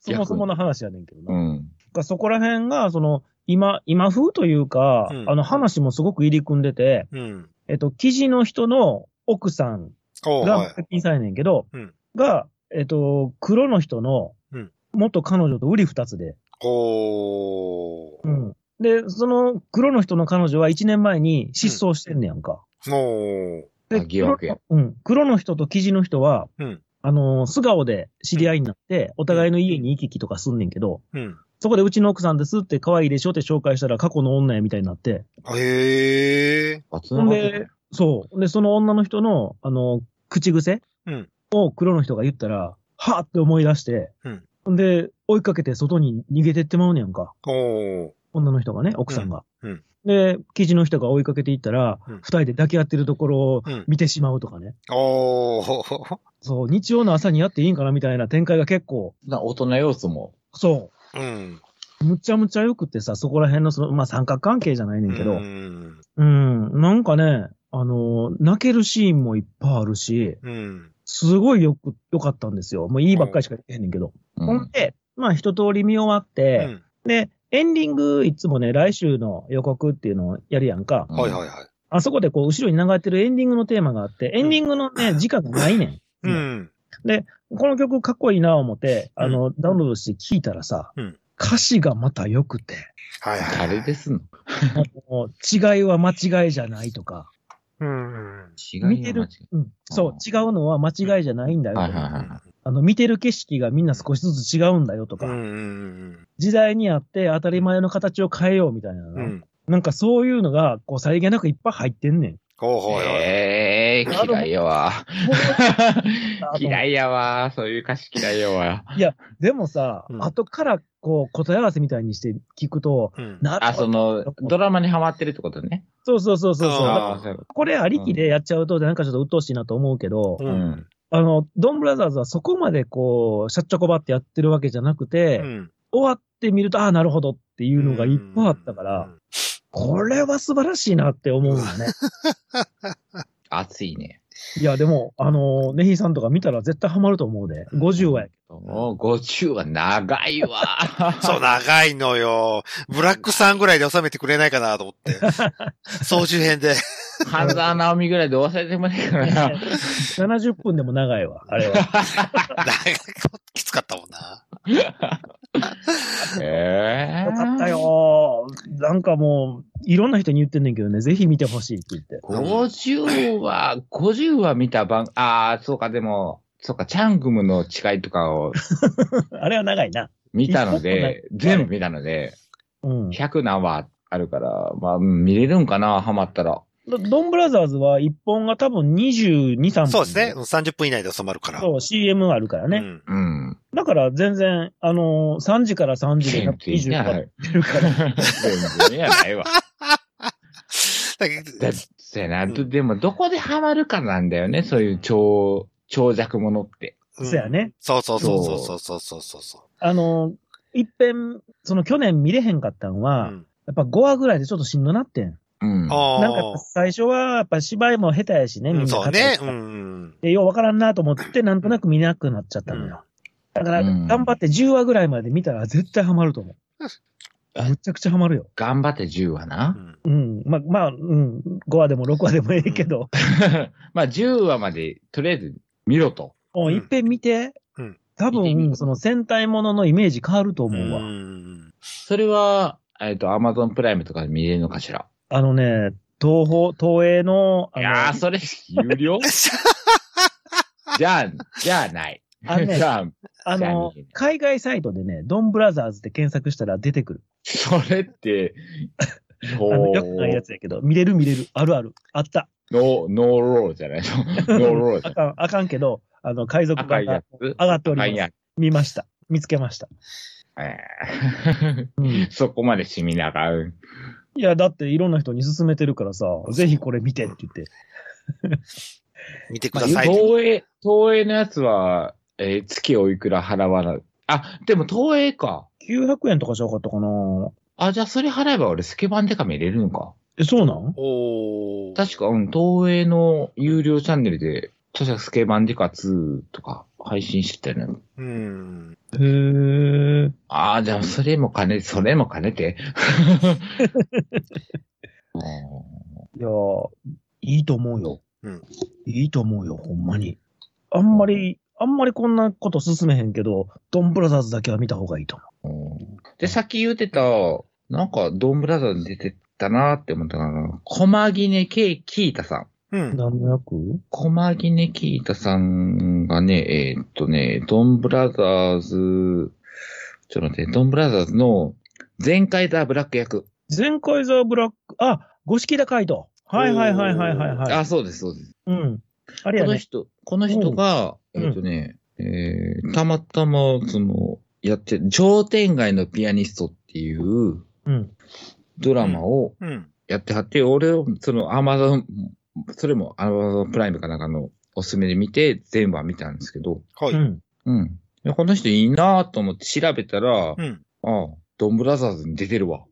そもそもの話やねんけどな。うだん。からそこら辺が、その、今、今風というか、うんあの話もすごく入り組んでて、 うん。えっと、記事の人の奥さんおー、がはい接。近さんやねんけど、うんが、えっと、黒の人のうん、元彼女と売り二つで、おー。うんで、その黒の人の彼女は1年前に失踪してんねやんか。おー。あで疑惑や。うん。黒の人と記事の人は、うんあのー素顔で知り合いになって、お互いの家に行き来とかすんねんけど、うん。そこでうちの奥さんですって可愛いでしょって紹介したら過去の女やみたいになって、へえ。あ、つほなんがってたで、そう。で、その女の人の、あのー口癖うんを黒の人が言ったら、はぁって思い出して、うんほんで、追いかけて外に逃げてってまうねやんか。おー。女の人がね、奥さんが。うんうんで、記事の人が追いかけていったら、うん二人で抱き合ってるところをうん見てしまうとかね。おー。 そう、日曜の朝にやっていいんかなみたいな展開が結構、な大人要素も。そうん。う、むちゃむちゃよくってさ、そこら辺のその、まあ三角関係じゃないねんけど、ううん、ん。なんかね、あのー泣けるシーンもいっぱいあるし、うん。すごいよく、よかったんですよ。もういいばっかりしか言ってへんねんけど。うほんで、まあ一通り見終わっうて、んで、エンディングいつもね、来週の予告っていうのをやるやんか。はいはいはい。あそこでこう、後ろに流れてるエンディングのテーマがあって、エンディングのね、時間がないね。うんん。この曲かっこいいな思って、うんあの、ダウンロードして聴いたらさ、うん歌詞がまた良くて、はいはい。誰ですのもう違いは間違いじゃないとか、うん。うん。違い見てる間違いうん、そう、違うのは間違いじゃないんだよとはいはいか、はいはい。あの、見てる景色がみんな少しずつ違うんだよとうか、ん。時代にあって当たり前の形を変えようみたいなうの、ん。なんかそういうのが、こう、さりげなくいっぱい入って んねん。おー、はいはい。ええー、嫌いやわ。 嫌いやわ。そういう歌詞嫌いやわ。でもさ、うん後からこう、答え合わせみたいにして聞くと、うん。な あ、その、ドラマにハマってるってことね。そうそうそうそうそう。だあかーああ、そういうこらこれありきでやっちゃうと、なんかちょっと鬱陶しいなと思うけど、うと。うんん。。あの、ドンブラザーズはそこまでこう、しゃっちゃこばってやってるわけじゃなくて、うん。終わってみると、ああ、なるほどっていうのがいっぱいあったから、うん。これは素晴らしいなって思うんだね。熱いね。いや、でも、あの、ネヒさんとか見たら絶対ハマると思うで、50話やけもう、50は長いわ。 そう、長いのよ。ブラックさんぐらいで収めてくれないかなと思 って。総集編で。 半沢直美ぐらいで忘れてもねえ から ど、な。 70分でも長い わ、あれは。長いきつかったもんな。ええよかった。よ。なんかもう、いろんな人に言ってんねんけどね、ぜひ見てほしいって言って。 50は、50は見た番、ああ、そうか、でも、そうか、チャングムの誓いとかを あれは長いな。見たの一で、全部見たので、うん。 100何話あるから、まあ、うん見れるんかな、ハマったら。ドドンブラザーズは1本が多分22、3分。そうですね。。30分以内で収まるから。そう、CM あるからうね。んうん。だから全然、あのー、3時から3時で全然20や分なかい。全然やないわ。だけどだってな、どでもどこでハマるかなんだよね、そういう長、長尺ものって。うんそうやね。そうそうそうそうそうそうそうそう。あのー、いっぺん、その去年見れへんかったんうは、んやっぱ5話ぐらいでちょっとしんどなってん。うん。あなんあか。最初はやっぱ芝居も下手やしね、みうんなんそうね。う語り合ってん。で、ようわからんなと思って、なんとなく見なくなっちゃったのよ。だから、うん頑張って10話ぐらいまで見たら絶対ハマると思う。あむちゃくちゃハマるよ。頑張って10話うな。んうん。まあ、まあ、うん。5話でも6話でもええけど、まあ10話まで、とりあえず見ろと。もういっぺん見て、うん多見てみ分、るその戦隊もののイメージ変わるとう思うわ。ん。それは、えっ、と、アマゾンプライムとかで見れるのかしら。あのね、東方、東映の、いあの、やー、それ、有料じゃあ、じゃあない。あのねじゃあ、あのじゃあ海外サイトでね、ドンブラザーズで検索したら出てくる。それって、あノの、よくないやつやけど、見れる見れる、あるある、あった。ーノーロールじゃないの。ノーロールじゃあない。かん、あかんけど、あの、海賊赤版いやがつ。上がってお赤いりまやす。見ました。見つけました。つ。えーうん。 そこまで染みながら。いや、だっていろんな人に勧めてるからさ、ぜひこれ見てって言って。見てくまあださい。東映、東映のやつは、えー月おいくら払わない。あ、でも東映か。 900円とかじゃなかったかなあ、じゃあそれ払えば俺スケバンデカ見れるのか。え、そうなんおー確か、うん、東映の有料チャンネルで、確かスケバンデカ2とか配信してたよね。うん。へえ。ああ、じゃあそれも兼ね、それも兼ね て。うんいやー、いいと思うよ。うん。いいと思うよ、ほんまに。あんまり、あんまりこんなこと勧めへんけど、ドンブラザーズだけは見た方がいいと思うんで、さっき言うてた、なんか、ドンブラザーに出てたなーって思ったのが、コマギネケイキータさん。うう。ん。何の役コマギネキータさんがね、えーっとね、ドンブラザーズ、ちょっと待って、ドンブラザーズの全開ザーブラック役。全カイザーブラック、あ、五色高いと。はいはいはいはいはいはい。あ、そうです、そうです。うん。あれこやのね。人、この人が、うんえーっとね、えーたまたま、その、やって、商店街のピアニストっていううん。。ドラマをうん。やってはって、俺を、その、アマゾン、それもアマゾンプライムかなんかのおすすめで見て、全話見たんですけど、はいうん。うん。いやこの人いいなぁと思って調べたら、うん。ああ、ドンブラザーズに出てるわ。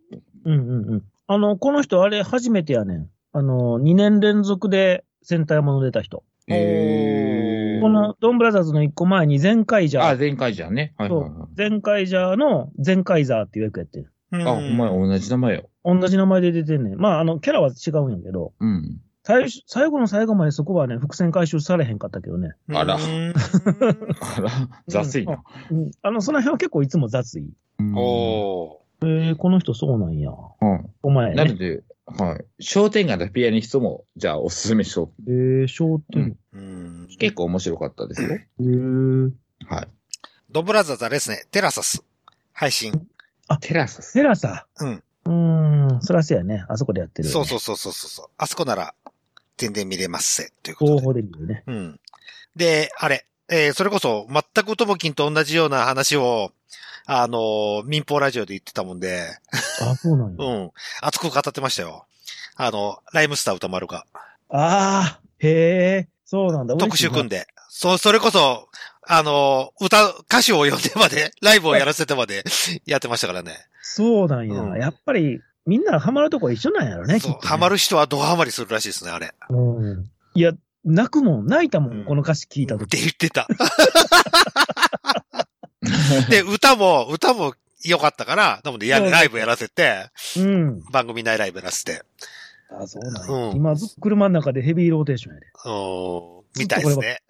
うんうんうん。あの、この人、あれ、初めてやねん。あの、2年連続で戦隊もの出た人。へーこの、ドンブラザーズの1個前に、ゼンカイジあ、ャー。前回じゃんね。はいはいはい。ゼンカイジャーのゼンカイザーっていう役やってる。うんあ、お前同じ名前よ。同じ名前で出てんねん。まあ、あの、キャラは違うんやけど、うん。最初最後の最後までそこはね、伏線回収されへんかったけどね。あらうんあら、雑いな。うん。あの、その辺は結構いつも雑い。うんおえー、この人そうなんや。うん。お前なねの。で、はい。商店街のピアニストも、じゃあおすすめしよえー、商店。ーうんう。結構面白かったですよ。えー。はい。ドブラザーズあれですね。テラサス。配信。テラサス。セラさ。うん。うーん、そらせやね。あそこでやってる、ね。そうそうそうそうそう。あそこなら、全然見れますせ。ということ合で。法で見るね。うん。で、あれ、えーそれこそ、全くともきんと同じような話を、あのー民放ラジオで言ってたもんで、あ、そうなんうや。ん。熱く語ってましたよ。あの、ライムスター歌丸が、ああ、へえ、そうなんだ。特集組んで。で、そ、それこそ、あのー歌、歌手を呼んでまで、 ライブをやらせてまで、やってましたからね。そうなんや。うんやっぱり、みんなハマるとこは一緒なんやろね、きっそうと、ね。ハマる人はドハマりするらしいですね、あれ。うん。いや、泣くもん、泣いたもうんん、この歌詞聞いたっとてき。言って た。で、歌も、歌も良かったから、なので、や、そうライブやらせて、うん。番組内ライブやらせて、あ、そうなんや。うん今ずっと車の中でヘビーローテーションやで。うーんみたいですね。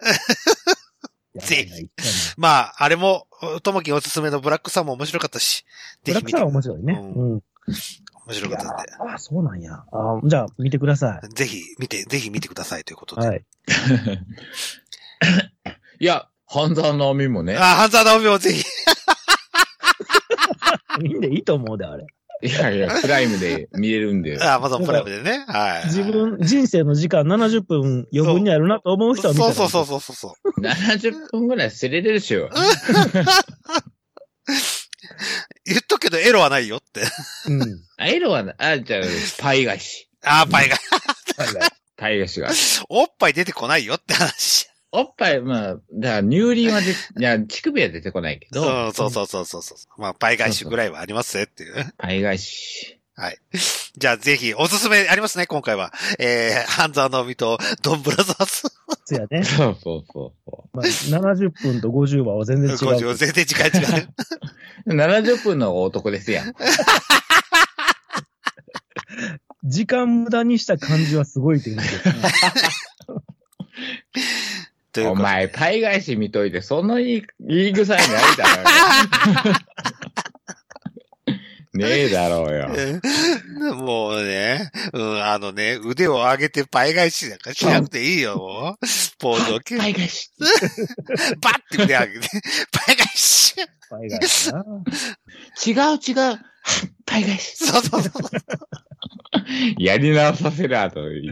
やばいぜひな一回ねまあ、あれも、ともきんおすすめのブラックさんも面白かったし、ぜブラひッ見クさて、んは面面白いね。ううん。白いかやったんで、ーあ、そうなんや。あじゃあ、見てくださぜひ見て、ぜひ見てくださいということい。で。はい。いや、半沢直美もね。あ、半沢直美もぜひ。みんないいと思うで、あれ。いやいや、 プライムで見れるんで。あ、マゾンプライムでね。はい。自分、人生の時間70分余分にあるなと思う人そはう見たらそうそうそうそう。 70分ぐらい捨てれるでしょ。言っとくけどエロはないよって。う。うん。あエロはな、あ、じゃあ、パイ菓子。あーパイが、パイ菓子が。おっぱい出てこないよって話。おっぱい、まあ、だから乳輪 はで、いや、乳首は出てこないけど、そうそうそうそうそうそう。まあ、パイ返しぐらいはありますねっていう。パイ返し。じゃあぜひ、おすすめありますね、今回は。えー、半沢直美とドンブラザーズ。そやね。そうそうそうそまあ、70分と50話は全然違ご自う分。全然時間違 う。う。70分の男ですやん。時間無駄にした感じはすごいというですね。というおことで前、パイ返し見といて、その言い言い草にないだろ うよ。ねえだろうよ。うん もうね、うん、あのね、腕を上げてパイ返しなんかしなくていいよ、もう。ポーズを決パめイ返し。バッて腕上げて、 パイ返し海外かな。違う違う。パイ返し。そうそうそう。やり直させる後に。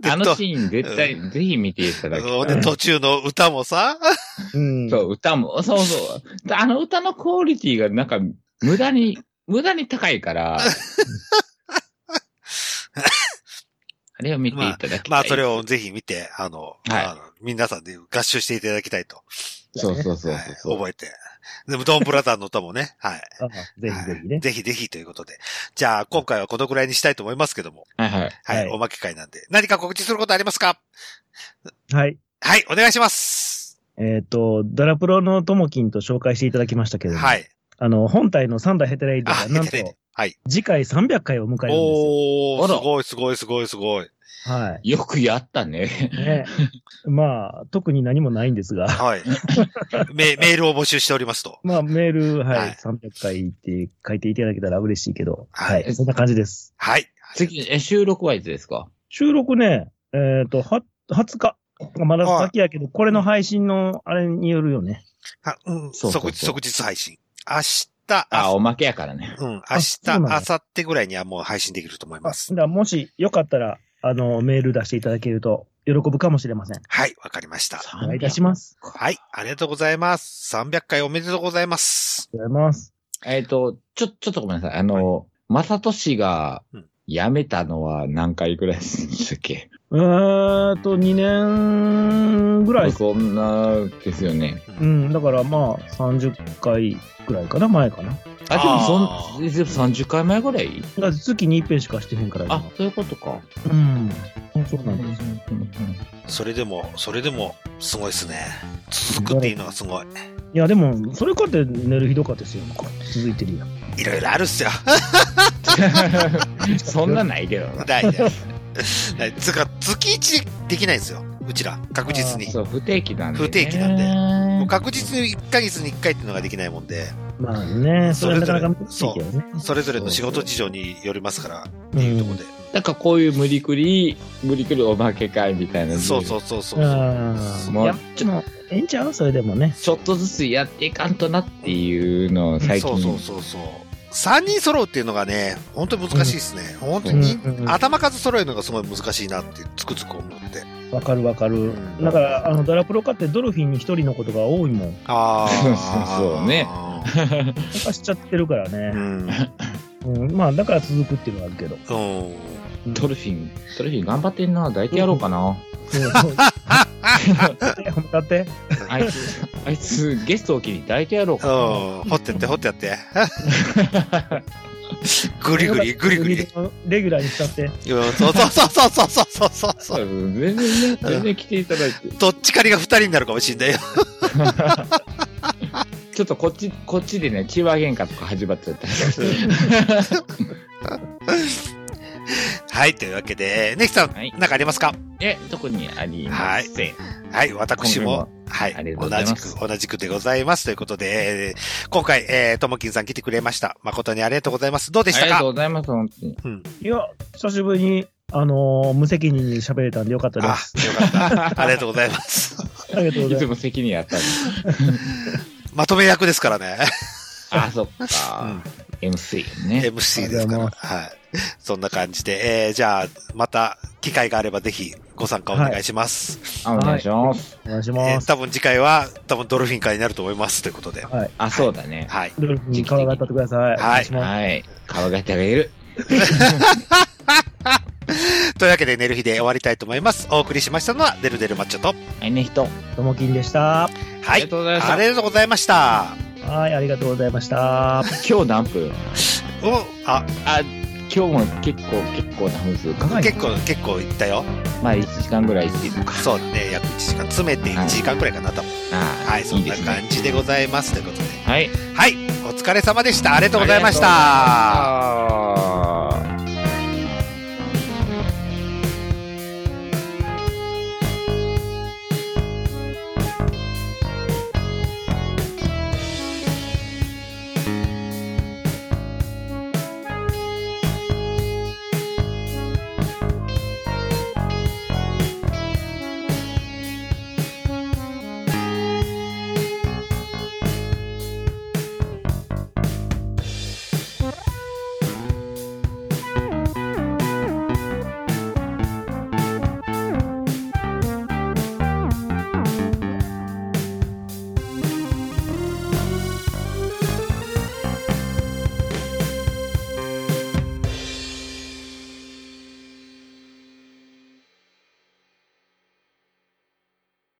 であのとシーン絶対、ぜひ見ていただきそうたね、い。途中の歌もさ、うん。そう、歌も、そ うそう。あの歌のクオリティがなんか、無駄に、無駄に高 いから。あれを見ていただきたい。まあそれをぜひ見て、あの、はいあの皆さんで合唱していただきたいと、そうそうそうそうそう。はい覚えて。でも、ドンブラザーの歌もね、はい。あぜひぜひね。ぜひぜひということで。じゃあ、今回はこのぐらいにしたいと思いますけども、はいはい。はい、はいおまけ会なんで。何か告知することありますかはい。はい、お願いします。えっ、と、ダラプロのともきんと紹介していただきましたけれども、はい。あの、本体の三代ヘテレイドあが、なんヘテレイとド、はい。次回300回を迎えるんでおあー、らすごいすごいすごいすごい。すよ。はい。よくやったね。ね、 まあ、特に何もないんですが、はい。 メメールを募集しておりますと。まあ、メール、はい、はい300回って書いていただけたら嬉しいけど、ははいい、そんな感じです。はい。次、え、収録はいつですか収録ね、えっ、と、は、20日。まだ先やけど、これの配信のあれによるよね。はうん、そうそうそう即即日配信。明日、あ、おまけやからね。うん、明あ日、そうなん明や後日ぐらいにはもう配信できると思いまあまだす。からもしよかったら、あの、メール出していただけると喜ぶかもしれません。はい、わかりました。お願いいたします。はい、ありがとうございます。300回おめでとうございます。ありがとうございます。えっ、と、ちょ、ちょっとごめんなさい。あの、まさとしがうん辞めたのは何回ぐらいですっけえーっと、2年ぐらい。そんなですよね。ううんん、だからまあ、30回ぐらいかな、前かな。だかあ、であもそん、ーでも30回前ぐらいら月に一遍しかしてへんから。あ、そういうことか。今うん。そうなんです。それでも、それでも、すごいですね。続くっていうのがすごい。いや、でも、それかって寝るひどかったですよ。続いてるやん。いろいろあるっすよ。そんな ないけど な。ないね。ないつうか、月一できないんですよ。うちら。確実に。そう、不定期なんで、ね。不定期なんでもうで確実に1ヶ月に1回っていうのができないもんで、まあね、それはなかなか難しいけどね。それぞれの仕事事情によりますから、うんっていうところで。なんかこういう無理くり、無理くりおまけ会みたいな。。そうそううそうそう。うんもいうや、でも、ええんちゃうそれでもね。ちょっとずつやっていかんとなっていうのを最近。そうそうそうそう。3人揃うっていうのがね、本当に難しいですね。本当に、うんうん頭数揃えるのがすごい難しいなってつくつく思って。わかるわかる。だから、あの、ダラプロ化ってドルフィンに一人のことが多いもん。あーそうそうね。なんかしちゃってるからうね。ん。うん。まあ、だから続くっていうのはあるけ ど。うん。ドルフィン、ドルフィン頑張ってんな。抱いてやろうかな。そうそう。歌って。あいつ、 あいつ、ゲストを機に抱いてやろうかな。掘ってって掘ってや って。ぐりぐ りぐりぐり。うんレギュラーに使って。そうそうそうそうそうそうそうそ。そうう全然ね、全然来ていただいて。どっちかりが2人になるかもしんないよ。ちょっとこっち、こっちでね、チワ喧嘩とか始まっちゃった。はい、というわけで、ネキさん、 はい何かありますかえ、特にありません。はい、私も、はいあり、が同とうございじますく、同じくでございます。ということで、えー今回、えー、ともきんさん来てくれました。誠にありがとうございます。どうでしあたりがとうかございます、本当に。いや、久しぶりに、あのー無責任に喋れたんでよかったであす。、よかった。ありがとうございます。ありがとうございついます。も責任あったんでまとめ役ですからね。あ、そっか。うん MC ね。 MC ですから。ありがとうございまはい。そんな感じで、えー、じゃあ、また、機会があればぜひ、ご参加お願いします。あお願いします。お願いしえまーす。多分次回は、多分ドルフィン会になると思います。ということで。はい。あ、そうだね。はい。ドルフィン、顔が立ってください。お願しますはい。顔が食べる。というわけで、寝る日で終わりたいと思います。お送りしましたのは、デルデルマッチョと。はいね、人。ともきんでした。はありいが。とうございましあたりがとうございました。はい、ありがとうございました。今日何分お、あ、あ、今日も結構、結構な分数か。結構、結構いったよ。まあ、1時間ぐらい行ってるのか。そうだね。約1時間。詰めて1時間くらいかな、多分。あーはい、そんなですね感じでございます。ということで。はい。はい。お疲れ様でした。ありがとうございました。ありがとうございました。